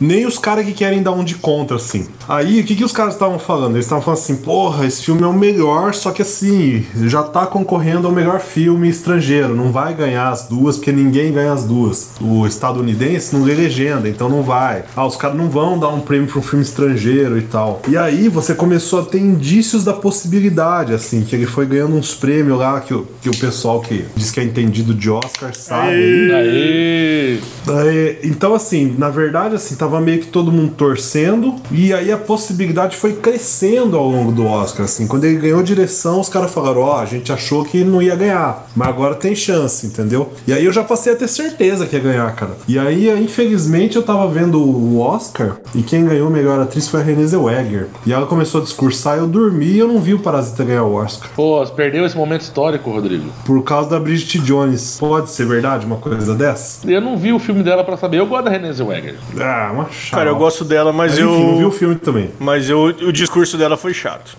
D: Nem os caras que querem dar um de contra, assim. Aí, o que, que os caras estavam falando? Eles estavam falando assim: porra, esse filme é o melhor, só que assim, já tá concorrendo ao melhor filme estrangeiro. Não vai ganhar as duas, porque ninguém ganha as duas. O estadunidense não lê legenda, então não vai. Ah, os caras não vão dar um prêmio pra um filme estrangeiro e tal. E aí você começou a ter indícios da possibilidade, assim, que ele foi ganhando uns prêmios lá que o, que o pessoal que diz que é entendido de Oscar sabe. aí.
B: Aê!
D: Daí, então, assim, na verdade, assim, tava meio que todo mundo torcendo, e aí a possibilidade foi crescendo ao longo do Oscar, assim. Quando ele ganhou direção, os caras falaram, ó, a gente achou que não ia ganhar, mas agora tem chance, entendeu? E aí eu já passei a ter certeza que ia ganhar, cara. E aí, eh, infelizmente, eu tava vendo o Oscar, e quem ganhou melhor atriz foi a Renée Zellweger. E ela começou a discursar, eu dormi e eu não vi o Parasita ganhar o Oscar.
B: Pô, você perdeu esse momento histórico, Rodrigo.
D: Por causa da Bridget Jones. Pode ser verdade uma coisa dessa?
B: Eu não vi o filme dela pra saber. Eu gosto da Renée Zellweger.
D: Ah, uma chata.
C: Cara, eu gosto dela, mas
D: Mas
C: eu.
D: enfim, não vi o filme também.
C: Mas eu, o discurso dela foi chato.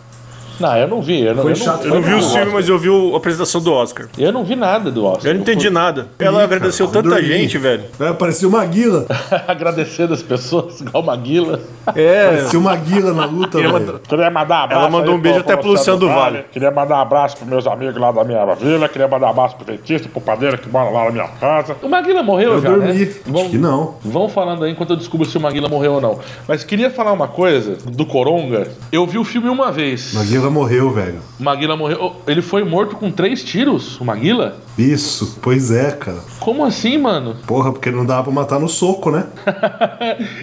B: Não, eu não vi. Eu não,
D: Foi
B: eu não-
D: chato
B: eu
C: Eu não vi
B: vi
C: o
B: o
C: filme,
B: Oscar.
C: mas eu vi o- a apresentação do Oscar.
B: Eu não vi nada do Oscar.
C: Eu não entendi nada.
D: Ih,
C: Ela
D: cara,
C: agradeceu tanta
D: dormi.
C: gente, velho.
D: É, parecia uma guila.
B: Agradecendo as pessoas, igual Maguila.
C: É.
D: Parecia uma guila na luta, velho.
B: Queria mandar um abraço.
C: Ela mandou
B: aí
C: um beijo
B: pro-
C: até pro Luciano do Vale.
B: Queria mandar um abraço pros meus amigos lá da minha vila. Queria mandar um abraço pro dentista, pro padeiro que mora lá na minha casa. O Maguila morreu
D: Eu
B: já,
D: dormi.
B: né?
D: Acho que não.
B: Vão falando aí enquanto eu descubro se o Maguila morreu ou não. Mas queria falar uma coisa do Coronga. Eu vi o filme uma vez.
D: A guila morreu, velho.
B: O Maguila morreu. Oh, Ele foi morto com três tiros, o Maguila?
D: Isso, pois é, cara.
B: Como assim, mano?
D: Porra, porque não dava pra matar no soco, né?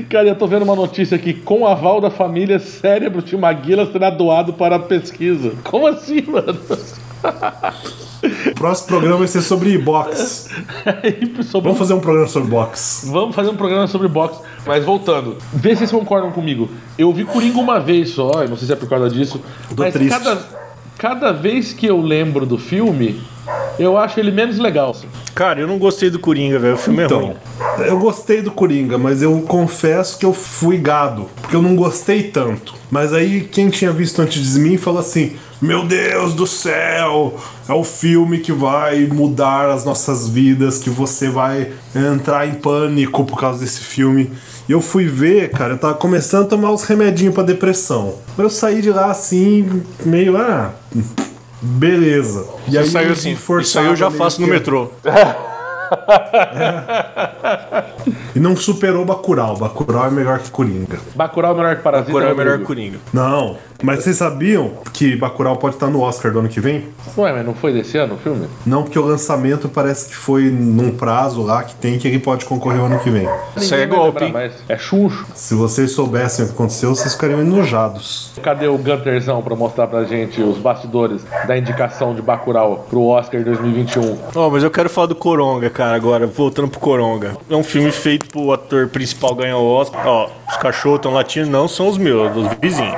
B: Cara, eu tô vendo uma notícia aqui. Com aval da família, cérebro de Maguila será doado para a pesquisa. Como assim, mano?
D: O próximo programa vai ser sobre boxe.
B: Aí, sobre-
D: Vamos fazer um programa sobre boxe.
B: Vamos fazer um programa sobre boxe. Mas voltando, vê se vocês concordam comigo. Eu vi Coringa uma vez só, eu não sei se é por causa disso.
D: Tô
B: mas
D: triste.
B: cada, cada vez que eu lembro do filme, eu acho ele menos legal. assim.
C: Cara, eu não gostei do Coringa, velho. O filme é
D: Então,
C: ruim.
D: eu gostei do Coringa, mas eu confesso que eu fui gado, porque eu não gostei tanto. Mas aí quem tinha visto antes de mim falou assim: Meu Deus do céu, é o filme que vai mudar as nossas vidas, que você vai entrar em pânico por causa desse filme. E eu fui ver, cara, eu tava começando a tomar os remedinhos pra depressão. Eu saí de lá assim, meio, ah. Beleza. E aí
C: Saiu
D: eu
C: assim.
D: forçava
C: Isso aí eu já
D: meio
C: faço no
D: que-
C: metrô.
D: E não superou Bacurau. Bacurau é melhor que Coringa.
B: Bacurau é melhor que Parasita.
C: Agora é o
B: né,
C: melhor
B: Rodrigo?
C: Coringa.
D: Não, mas vocês sabiam que Bacurau pode estar no Oscar do ano que vem?
B: Ué, mas não foi desse ano o filme?
D: Não, porque o lançamento parece que foi num prazo lá que tem que ele pode concorrer o ano que vem.
C: Isso aí é
B: Ninguém vai
C: golpe,
B: lembrar
C: hein?
B: mais. É chuncho.
D: Se vocês soubessem o que aconteceu, vocês ficariam enojados.
B: Cadê o Gunterzão pra mostrar pra gente os bastidores da indicação de Bacurau pro Oscar 2021?
C: Ó, mas eu quero falar do Coronga, cara, agora, voltando pro Coronga. É um filme feito pro ator principal ganhar o Oscar. Ó, os cachorros estão latindo, não são os meus, dos vizinhos.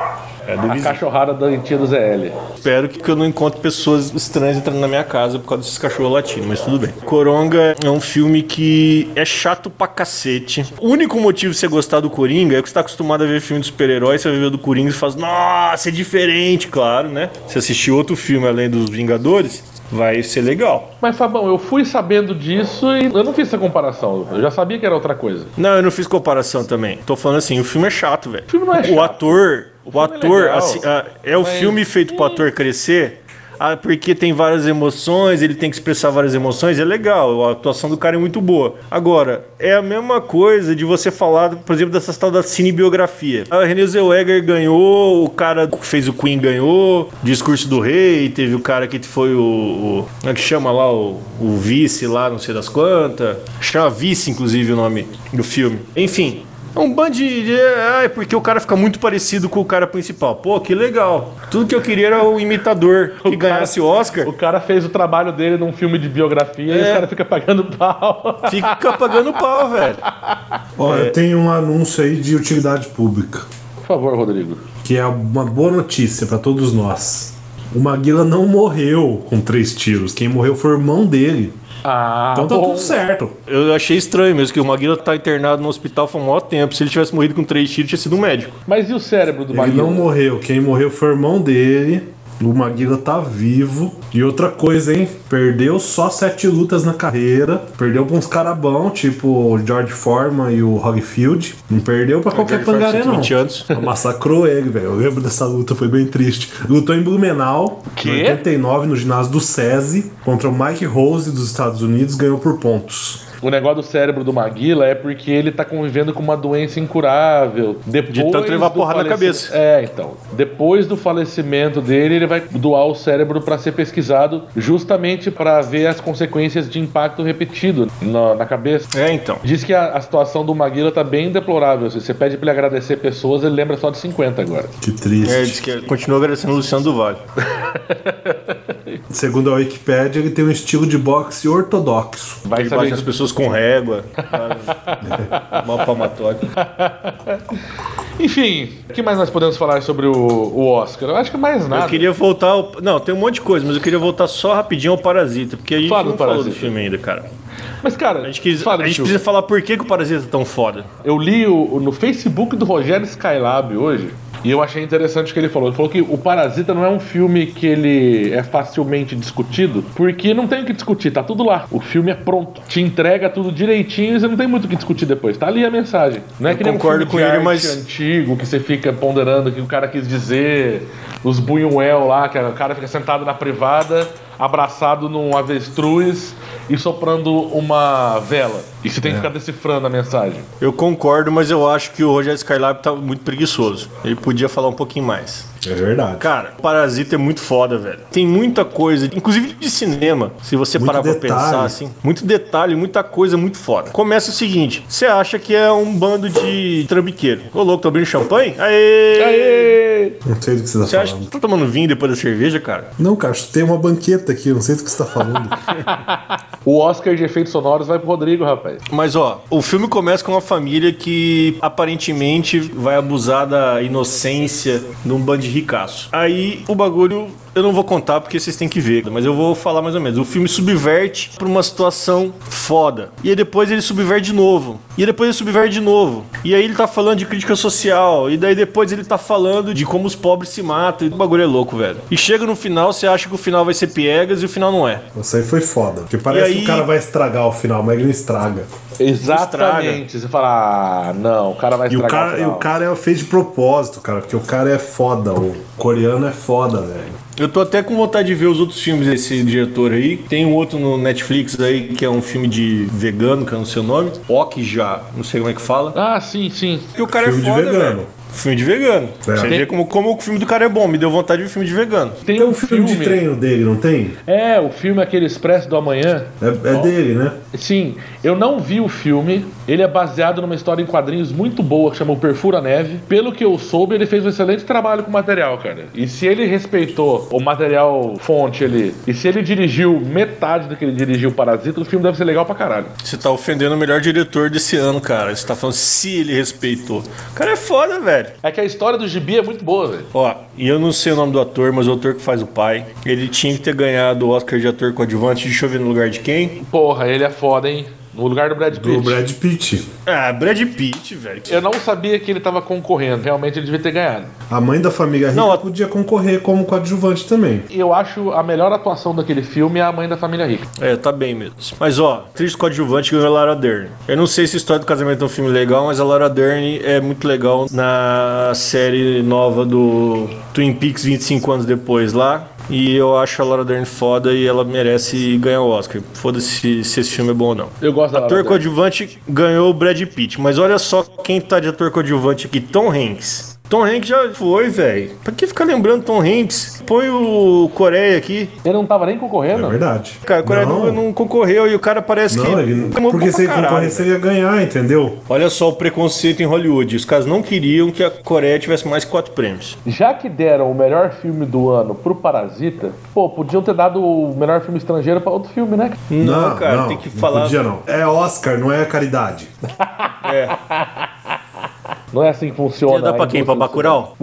C: É do
B: A
C: vizinho.
B: cachorrada da tia do ZL.
C: Espero que que eu não encontre pessoas estranhas entrando na minha casa por causa desses cachorros latindo, mas tudo bem. Coronga é um filme que é chato pra cacete. O único motivo de você gostar do Coringa é que você tá acostumado a ver filme de super-herói, você vai ver o do Coringa e faz, nossa, é diferente, claro, né? Se assistir outro filme além dos Vingadores, vai ser legal.
B: Mas Fabão, eu fui sabendo disso e eu não fiz essa comparação. Eu já sabia que era outra coisa.
C: Não, eu não fiz comparação também. Tô falando assim, o filme é chato, velho. O
B: filme não é chato.
C: O ator, o,
B: filme é
C: ator,
B: legal,
C: assim, ah, é o
B: mas-
C: filme feito pro ator crescer, ah, porque tem várias emoções, ele tem que expressar várias emoções, é legal, a atuação do cara é muito boa. Agora, é a mesma coisa de você falar, por exemplo, dessas tal da cinebiografia. A Renée Zellweger ganhou, o cara que fez o Queen ganhou, Discurso do Rei, teve o cara que foi o... o como é que chama lá? O, o vice lá, não sei das quantas. Chama vice, inclusive, o nome do filme. Enfim, é um bando de. de- Ah, é porque o cara fica muito parecido com o cara principal. Pô, que legal. Tudo que eu queria era o imitador que ganhasse o Oscar.
B: O cara fez o trabalho dele num filme de biografia e
C: É.
B: o cara fica pagando pau.
C: Fica pagando pau, velho.
D: Ó,
B: É.
D: eu tenho um anúncio aí de utilidade pública,
B: Por favor, Rodrigo.
D: que é uma boa notícia pra todos nós. O Maguila não morreu com três tiros. Quem morreu foi o irmão dele.
B: Ah,
D: Então tá
B: bom.
D: tudo certo.
C: Eu achei estranho mesmo que o Maguila tá internado no hospital há um maior tempo. Se ele tivesse morrido com três tiros, tinha sido um médico.
B: Mas e o cérebro do
D: Ele
B: Maguila?
D: não morreu. Quem morreu foi o irmão dele. O Maguila tá vivo. E outra coisa, hein? Perdeu só sete lutas na carreira. Perdeu pra uns carabão, tipo o George Foreman e o Holyfield. Não perdeu pra
C: George
D: qualquer
C: Foreman,
D: pangaré, não.
C: 120 anos.
D: Massacrou ele, velho. Eu lembro dessa luta, foi bem triste. Lutou em Blumenau,
B: Quê?
D: em 89, no ginásio do SESI, contra o Mike Rose dos Estados Unidos. Ganhou por pontos.
B: O negócio do cérebro do Maguila é porque ele tá convivendo com uma doença incurável. Depois
C: De tanto levar
B: do
C: porrada na
B: faleci-
C: cabeça.
B: É, então. Depois do falecimento dele, ele vai doar o cérebro pra ser pesquisado justamente pra ver as consequências de impacto repetido na, na cabeça.
C: É, então.
B: Diz que a, a situação do Maguila tá bem deplorável. Se você pede pra ele agradecer pessoas, ele lembra só de 50 agora.
D: Que triste.
C: É, diz que continua agradecendo o Luciano do Vale.
D: Segundo a Wikipédia, ele tem um estilo de boxe ortodoxo.
B: Vai
C: Ele bate
B: saber.
C: as pessoas com régua. Mal palmatório.
B: Enfim, o que mais nós podemos falar sobre o, o Oscar? Eu acho que mais nada.
C: Eu queria voltar ao... Não, tem um monte de coisa, mas eu queria voltar só rapidinho ao Parasita, porque a gente
B: Fala do
C: não falou do
B: Parasita.
C: filme ainda, cara.
B: Mas, cara,
C: A gente, quis-
B: fala,
C: a gente
B: Tio.
C: precisa falar por que, que o Parasita é tão foda.
B: Eu li o- o- no Facebook do Rogério Skylab hoje E eu achei interessante o que ele falou. Ele falou que o Parasita não é um filme que ele é facilmente discutido, porque não tem o que discutir, tá tudo lá. O filme é pronto. Te entrega tudo direitinho e você não tem muito o que discutir depois. Tá ali a mensagem. Não é
C: Eu
B: que nem um
C: concordo
B: filme
C: com
B: de
C: ele,
B: arte
C: mas-
B: antigo que você fica ponderando o que o cara quis dizer, os bunhuel lá, que o cara fica sentado na privada, abraçado num avestruz e soprando uma vela. E você
C: É.
B: tem que ficar decifrando a mensagem.
C: Eu concordo, mas eu acho que o Rogério Skylab tá muito preguiçoso. Ele podia falar um pouquinho mais.
D: É verdade.
C: Cara, Parasita é muito foda, velho. Tem muita coisa, inclusive de cinema, se você
D: Muito
C: parar pra
D: detalhe.
C: pensar assim. Muito detalhe, muita coisa muito foda. Começa o seguinte: você acha que é um bando de trambiqueiro. Ô, louco, tô abrindo champanhe? Aê!
B: Aê!
D: Não sei do que você tá
C: Você acha
D: falando.
C: que tá tomando vinho depois da cerveja, cara?
D: Não, cara, tem uma banqueta aqui, eu não sei do que você tá falando.
B: O Oscar de efeitos sonoros vai pro Rodrigo, rapaz.
C: Mas ó, o filme começa com uma família que aparentemente vai abusar da inocência de um bando de ricaço. Aí o bagulho eu não vou contar porque vocês têm que ver, mas eu vou falar mais ou menos. O filme subverte pra uma situação foda. E aí depois ele subverte de novo. E aí depois ele subverte de novo. E aí ele tá falando de crítica social. E daí depois ele tá falando de como os pobres se matam. E o bagulho é louco, velho. E chega no final, você acha que o final vai ser piegas e o final não é.
D: Isso aí foi foda. Porque
C: E
D: parece que
C: aí-
D: o cara vai estragar o final, mas ele não estraga.
B: Exatamente. Você fala, ah, não, o cara vai
D: E o
B: estragar
D: cara, e
B: final.
D: o cara é- fez de propósito, cara, porque o cara é foda. O coreano é foda, velho.
C: Eu tô até com vontade de ver os outros filmes desse diretor aí. Tem um outro no Netflix aí que é um filme de vegano, que eu não sei o nome. Ok já, não sei como é que fala.
B: Ah, sim, sim.
C: Porque o cara
D: Filme de
C: é foda,
D: vegano.
C: velho. Filme de vegano.
D: É.
C: Você
D: Tem-
C: vê como, como o filme do cara é bom. Me deu vontade de ver filme de vegano.
B: Tem,
D: Tem um filme, de treino dele, não tem?
B: É, o filme aquele Expresso do Amanhã.
D: É, é dele, né?
B: Sim, eu não vi o filme. Ele é baseado numa história em quadrinhos muito boa que chama o Perfura Neve. Pelo que eu soube, ele fez um excelente trabalho com o material, cara. E se ele respeitou o material fonte ali, e se ele dirigiu metade do que ele dirigiu Parasita, o filme deve ser legal pra caralho.
C: Você tá ofendendo o melhor diretor desse ano, cara. Você tá falando se ele respeitou. O cara é foda, velho.
B: É que a história do Gibi é muito boa, velho.
C: Ó, e eu não sei o nome do ator, mas o ator que faz o pai, ele tinha que ter ganhado o Oscar de ator coadjuvante. Deixa eu ver no lugar de quem.
B: Porra, ele é foda, hein? No lugar do Brad Pitt.
D: Do Brad Pitt.
C: Ah, Brad Pitt, velho.
B: Eu não sabia que ele tava concorrendo. Realmente ele devia ter ganhado.
D: A mãe da família rica
C: Não, a-
D: podia concorrer como coadjuvante também.
B: E eu acho a melhor atuação daquele filme é a mãe da família rica.
C: É, tá bem mesmo. Mas ó, atriz coadjuvante ganhou a Lara Dern. Eu não sei se a história do casamento é um filme legal, mas a Lara Dern é muito legal na série nova do Twin Peaks 25 anos depois lá. E eu acho a Lara Dern foda e ela merece ganhar o Oscar. Foda-se se esse filme é bom ou não.
B: Eu gosto da Lara
C: Ator
B: Dern.
C: coadjuvante ganhou o Brad Pitt, mas olha só quem tá de ator coadjuvante aqui, Tom Hanks. Tom Hanks já foi, velho. Pra que ficar lembrando Tom Hanks? Põe o Coreia aqui.
B: Ele não tava nem concorrendo?
D: É verdade.
C: Cara, o Coreia não. não concorreu e o cara parece que.
D: Não, ele,
C: tomou
D: porque
C: pra
D: se ele
C: caralho,
D: concorresse,
C: velho.
D: ele ia ganhar, entendeu?
C: Olha só o preconceito em Hollywood. Os caras não queriam que a Coreia tivesse mais quatro prêmios.
B: Já que deram o melhor filme do ano pro Parasita, pô, podiam ter dado o melhor filme estrangeiro pra outro filme, né?
C: Não, cara, tem que falar.
D: Não podia, não. É Oscar, não é caridade.
B: Não é assim que funciona.
C: Ia dar pra
B: a
C: quem? Pra
B: indústria
C: Bacurau?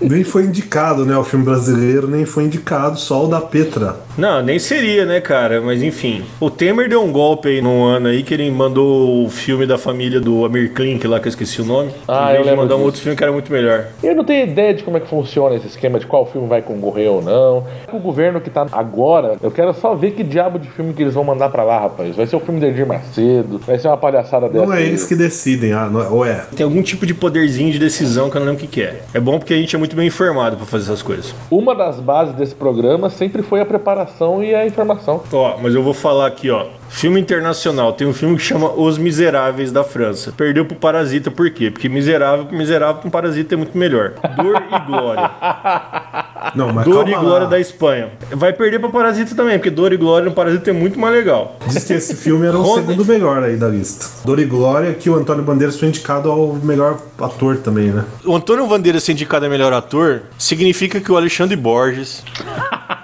D: Nem foi indicado, né? O filme brasileiro nem foi indicado, só o da Petra.
C: Não, nem seria, né, cara? Mas enfim. O Temer deu um golpe aí num ano aí que ele mandou o filme da família do Amir Klink lá, que eu esqueci o nome.
B: Ah,
C: em vez
B: eu
C: de
B: lembro
C: mandar um
B: disso.
C: outro filme que era muito melhor.
B: Eu não tenho ideia de como é que funciona esse esquema de qual filme vai concorrer ou não. O governo que tá agora, eu quero só ver que diabo de filme que eles vão mandar pra lá, rapaz. Vai ser o filme de Edir Macedo, vai ser uma palhaçada dessa.
D: Não é
B: aí.
D: eles que decidem, ah, não é, ou é.
C: Tem algum tipo de poderzinho de decisão que eu não lembro o que, que é. É bom porque a gente é muito bem informado pra fazer essas coisas.
B: Uma das bases desse programa sempre foi a preparação e a informação.
C: Ó, mas eu vou falar aqui, ó. Filme internacional. Tem um filme que chama Os Miseráveis da França. Perdeu pro Parasita por quê? Porque miserável, miserável com parasita é muito melhor. Dor e Glória.
D: Não, mas
C: Dor e
D: calma
C: Glória
D: lá.
C: da Espanha. Vai perder pra Parasita também, porque Dor e Glória no Parasita é muito mais legal.
D: Diz que esse filme era o
C: Roda-
D: segundo melhor aí da lista. Dor e Glória, que o Antônio Bandeiras foi indicado ao melhor ator também, né?
C: O Antônio Bandeira ser indicado a melhor ator significa que o Alexandre Borges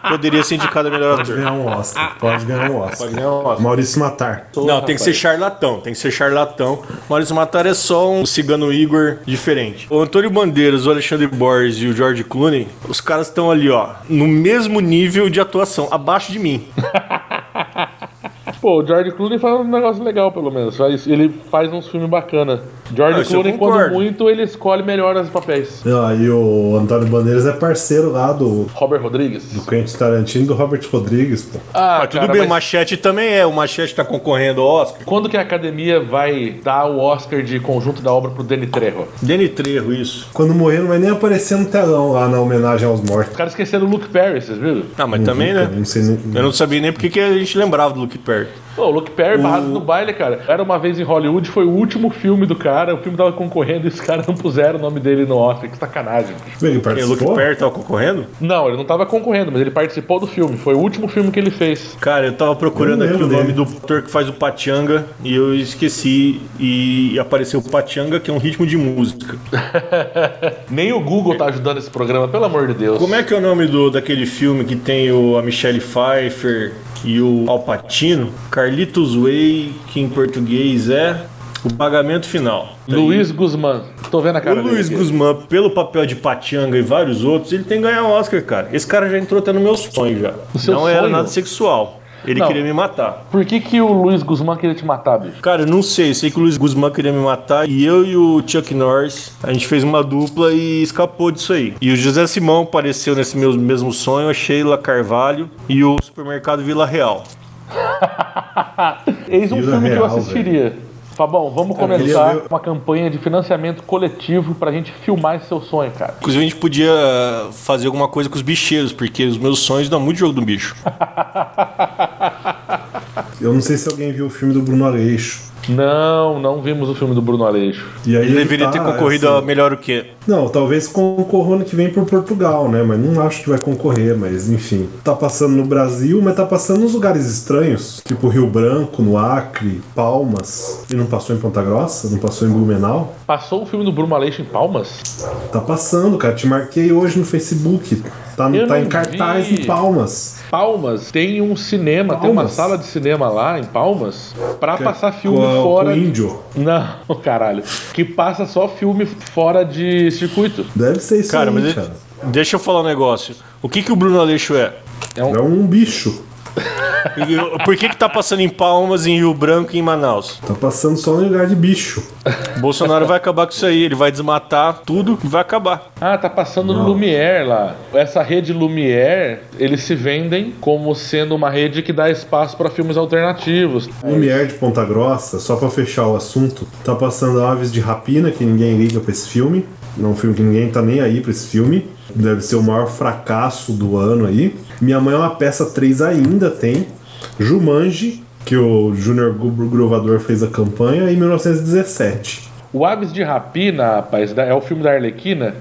C: poderia ser indicado a melhor
D: Pode
C: ator.
D: ganhar um Oscar. Pode ganhar um Oscar.
C: ganhar um Oscar.
D: Maurício Matar.
C: Não, tem que ser charlatão, tem que ser charlatão. Maurício Matar é só um cigano Igor diferente. O Antônio Bandeiras, o Alexandre Borges e o George Clooney, os caras estão ali, ó, no mesmo nível de atuação, abaixo de mim.
B: Pô, o George Clooney faz um negócio legal, pelo menos. Faz- Ele faz uns filmes bacanas. George
C: Ah, isso eu
B: Clooney, quando
C: concordo.
B: muito, ele escolhe melhor os papéis.
D: Ah, e o Antônio Bandeiras é parceiro lá do,
B: Robert Rodrigues.
D: do Quentin Tarantino e do Robert Rodrigues, pô.
B: Ah,
C: Mas tudo
B: cara,
C: bem,
B: mas
C: o Machete também é. O Machete tá concorrendo ao Oscar.
B: Quando que a academia vai dar o Oscar de conjunto da obra pro Danny Trejo?
C: Deni Trejo, isso.
D: Quando morrer não vai nem aparecer no telão lá na homenagem aos mortos.
B: Os caras esqueceram o Luke Perry, vocês viram?
C: Ah, mas também,
D: Cara,
C: né?
D: Não sei nem...
C: Eu não sabia nem porque que a gente lembrava do Luke Perry.
B: Pô, o Luke Perry barrado no baile, cara. Era uma vez em Hollywood, foi o último filme do cara. O filme tava concorrendo e os caras não puseram o nome dele no Oscar. Que sacanagem.
D: Ele
C: Quem, o Luke
D: participou?
C: Perry tava concorrendo?
B: Não, ele não tava concorrendo, mas ele participou do filme. Foi o último filme que ele fez.
C: Cara, eu tava procurando
D: Eu
C: aqui
D: lembro
C: o nome
D: dele.
C: do ator que faz o Pachanga e eu esqueci e apareceu o Pachanga, que é um ritmo de música.
B: Nem o Google tá ajudando esse programa, pelo amor de Deus.
C: Como é que é o nome do, daquele filme que tem o, a Michelle Pfeiffer e o Al Pacino? Carlitos Way, que em português é O Pagamento Final.
B: Luiz Guzmán. Tô vendo a cara
C: tá
B: né,
C: O Luiz
B: dele. aqui.
C: Guzmán, pelo papel de Patianga e vários outros, ele tem que ganhar um Oscar, cara. Esse cara já entrou até no meu sonho já. Não
B: seu
C: era
B: sonho?
C: nada sexual. Ele
B: Não.
C: queria me matar.
B: Por que, que o Luiz Guzmán queria te matar, bicho?
C: Cara, eu não sei. Sei que o Luiz Guzmán queria me matar. E eu e o Chuck Norris, a gente fez uma dupla e escapou disso aí. E o José Simão apareceu nesse meu mesmo sonho, a Sheila Carvalho e o supermercado Vila Real.
B: Eis um
D: Vida
B: filme que eu
D: real,
B: assistiria. Fabão,
C: É,
B: vamos
D: queria
B: começar
D: ver-
B: uma campanha de financiamento coletivo pra gente filmar esse seu sonho, cara.
C: Inclusive, a gente podia fazer alguma coisa com os bicheiros, porque os meus sonhos dão muito jogo do bicho.
D: Eu não sei se alguém viu o filme do Bruno Aleixo.
B: Não, não vimos o filme do Bruno Aleixo.
D: E aí
C: Ele deveria
D: tá,
C: ter concorrido
D: assim,
C: a melhor o quê?
D: Não, talvez concorra ano que vem por Portugal, né? Mas não acho que vai concorrer, mas enfim. Tá passando no Brasil, mas tá passando nos lugares estranhos. Tipo Rio Branco, no Acre, Palmas. E não passou em Ponta Grossa? Não passou em Blumenau?
B: Passou o filme do Bruno Aleixo em Palmas?
D: Tá passando, cara. Te marquei hoje no Facebook. Tá, no-
B: Eu
D: tá
B: não
D: em cartaz
B: vi.
D: em Palmas.
B: Palmas tem um cinema, tem uma
D: Palmas?
B: sala de cinema lá em Palmas pra passar filme
D: com, a-
B: fora.
D: com o índio.
B: Não, caralho. Que passa só filme fora de circuito.
D: Deve ser isso
C: Cara,
D: aí,
C: mas ele-
D: cara.
C: deixa eu falar um negócio. O que, que o Bruno Aleixo é?
D: É um bicho.
C: E- Por que, que tá passando em Palmas, em Rio Branco e em Manaus?
D: Tá passando só no lugar de bicho.
C: O Bolsonaro vai acabar com isso aí, ele vai desmatar tudo e vai acabar.
B: Ah, tá passando no
D: Não.
B: Lumière lá. Essa rede Lumière, eles se vendem como sendo uma rede que dá espaço pra filmes alternativos.
D: Lumière de Ponta Grossa, só pra fechar o assunto, tá passando Aves de Rapina, que ninguém liga pra esse filme. É um filme que ninguém tá nem aí pra esse filme. Deve ser o maior fracasso do ano aí. Minha Mãe é uma peça 3 ainda tem. Jumanji, que o Júnior Gu- Grovador fez a campanha, e 1917.
B: O Aves de Rapina, rapaz, da- é o filme da Arlequina.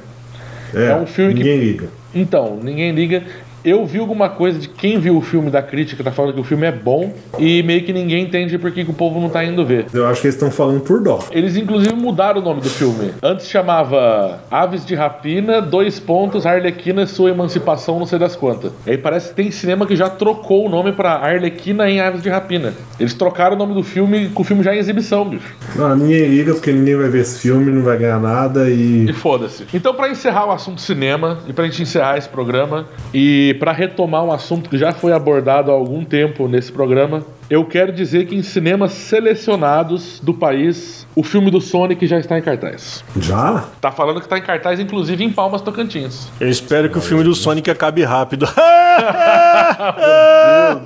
D: É,
B: É um filme que-
D: ninguém liga.
B: Então, ninguém liga. Eu vi alguma coisa de quem viu o filme da crítica, tá falando que o filme é bom e meio que ninguém entende por que, que o povo não tá indo ver.
D: Eu acho que eles estão falando por dó.
B: Eles inclusive mudaram o nome do filme. Antes chamava Aves de Rapina, dois pontos, Arlequina e sua emancipação, não sei das quantas. E aí parece que tem cinema que já trocou o nome pra Arlequina em Aves de Rapina. Eles trocaram o nome do filme com o filme já em exibição, bicho.
D: Ah, ninguém liga porque ninguém vai ver esse filme, não vai ganhar nada e.
B: E foda-se. Então, pra encerrar o assunto cinema, e pra gente encerrar esse programa, e pra retomar um assunto que já foi abordado há algum tempo nesse programa, eu quero dizer que em cinemas selecionados do país, o filme do Sonic já está em cartaz.
D: Já?
B: Tá falando que tá em cartaz, inclusive, em Palmas Tocantins.
C: Eu espero que o filme do Sonic acabe rápido.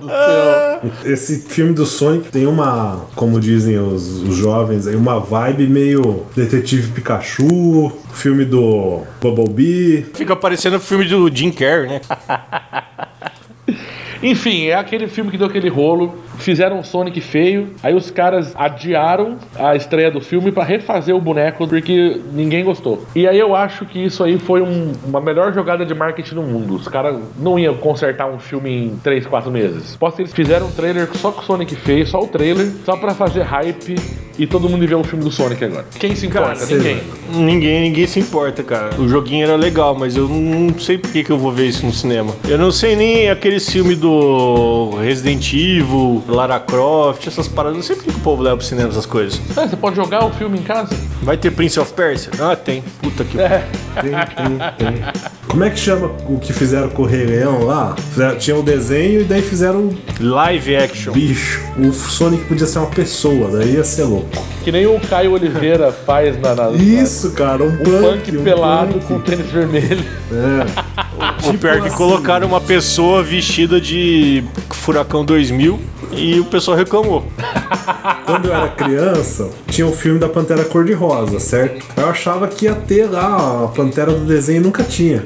B: Ah.
D: Esse filme do Sonic tem uma, como dizem os, os jovens, aí uma vibe meio Detetive Pikachu, filme do Bumblebee.
C: Fica parecendo o filme do Jim Carrey, né?
B: Enfim, é aquele filme que deu aquele rolo. Fizeram um Sonic feio. Aí os caras adiaram a estreia do filme pra refazer o boneco porque ninguém gostou. E aí eu acho que isso aí foi um- uma melhor jogada de marketing no mundo. Os caras não iam consertar um filme em 3, 4 meses. Posso que eles fizeram um trailer só com o Sonic feio, só o trailer, só pra fazer hype e todo mundo ia ver o filme do Sonic agora. Quem se importa?
C: Cara,
B: Ninguém.
C: Ninguém, ninguém se importa, cara. O joguinho era legal, mas eu não sei por que, que eu vou ver isso no cinema. Eu não sei nem aquele filme do Resident Evil, Lara Croft, essas paradas. Eu não sei por que, que o povo leva pro cinema essas coisas.
B: Ah, você pode jogar o filme em casa?
C: Vai ter Prince of Persia? Ah, tem. Puta que
D: Tem, tem, tem. Como é que chama o que fizeram com o Rei Leão lá? Fizeram- tinha o desenho e daí fizeram um
C: Live action.
D: bicho. O Sonic podia ser uma pessoa, daí ia ser louco.
B: Que nem o Caio Oliveira faz na, na
D: Isso, cara, um,
B: na-
D: punk,
B: punk
D: um
B: pelado
D: punk.
B: com tênis vermelho.
D: É.
C: o pior é que
D: assim.
C: colocaram uma pessoa vestida de Furacão 2000 e o pessoal reclamou.
D: Quando eu era criança, tinha o filme da Pantera Cor-de-Rosa, certo? Eu achava que ia ter lá a Pantera do desenho e nunca tinha.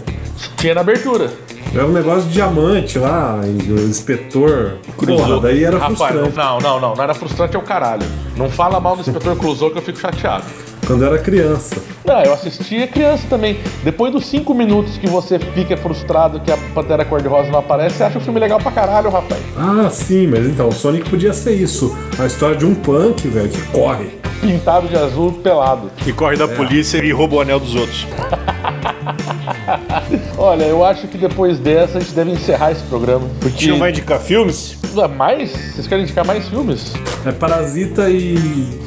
B: Tinha na abertura.
D: Era um negócio de diamante lá, e o inspetor.
C: Cruzou.
D: Porra, daí era
B: Rapaz,
D: frustrante.
B: não, não, não. Não era frustrante, é o caralho. Não fala mal do inspetor Cruzou que eu fico chateado.
D: Quando eu era criança.
B: Não, eu assistia criança também. Depois dos cinco minutos que você fica frustrado que a Pantera Cor-de-Rosa não aparece, você acha o filme legal pra caralho, rapaz.
D: Ah, sim, mas então, o Sonic podia ser isso. A história de um punk, velho, que corre.
B: Pintado de azul, pelado.
C: E corre da polícia e rouba o anel dos outros.
B: Olha, eu acho que depois dessa a gente deve encerrar esse programa.
C: Você
B: Porque
C: não vai indicar filmes?
B: Ah, mais? Vocês querem indicar mais filmes?
D: É Parasita e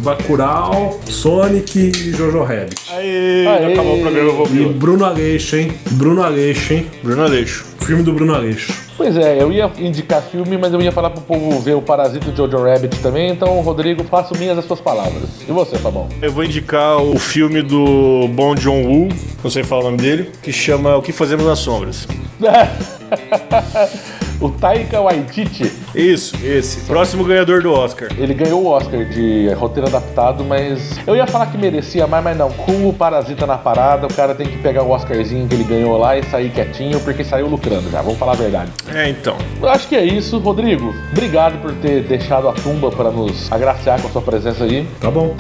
D: Bacurau, Sonic e Jojo Rabbit.
C: Aê,
B: Aê.
C: acabou o programa, eu vou
D: E
C: pro
D: Bruno Aleixo, hein? Bruno Aleixo, hein?
C: Bruno Aleixo.
D: Filme do Bruno Aleixo.
B: Pois é, eu ia indicar filme, mas eu ia falar pro povo ver o Parasita de Jojo Rabbit também, então, Rodrigo, faço minhas as suas palavras. E você, Fabão?
C: Eu vou indicar o filme do Bong Joon-woo, não sei falar o nome dele, que chama O Que Fazemos nas Sombras.
B: o Taika Waititi,
C: Isso, esse. Próximo ganhador do Oscar.
B: ele ganhou o Oscar de roteiro adaptado, mas eu ia falar que merecia mais, mas não. Com o Parasita na parada, o cara tem que pegar o Oscarzinho que ele ganhou lá e sair quietinho, porque saiu lucrando já, vamos falar a verdade.
C: É, então.
B: Eu acho que é isso, Rodrigo. Obrigado por ter deixado a tumba para nos agraciar com a sua presença aí.
D: Tá bom.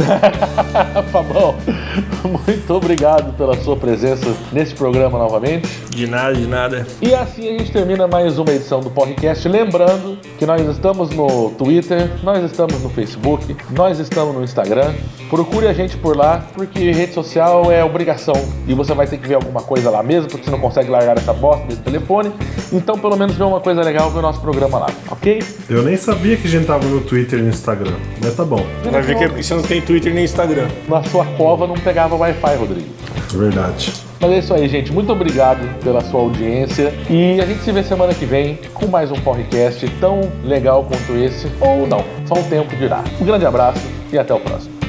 B: Fabão, muito obrigado pela sua presença nesse programa novamente.
C: De nada, de nada.
B: E assim a gente termina mais uma edição do podcast. Lembrando que nós estamos no Twitter, nós estamos no Facebook, nós estamos no Instagram. Procure a gente por lá, porque rede social é obrigação. E você vai ter que ver alguma coisa lá mesmo, porque você não consegue largar essa bosta desse telefone. Então, pelo menos, vê uma coisa legal, vê o nosso programa lá, ok?
D: Eu nem sabia que a gente tava no Twitter e no Instagram. Mas tá bom.
C: Vai ver que é porque você não tem Twitter nem Instagram.
B: Na sua cova não pegava Wi-Fi, Rodrigo.
D: É verdade.
B: Mas é isso aí, gente. Muito obrigado pela sua audiência. E a gente se vê semana que vem com mais um podcast tão legal quanto esse, ou não. Só o tempo dirá. Um grande abraço e até o próximo.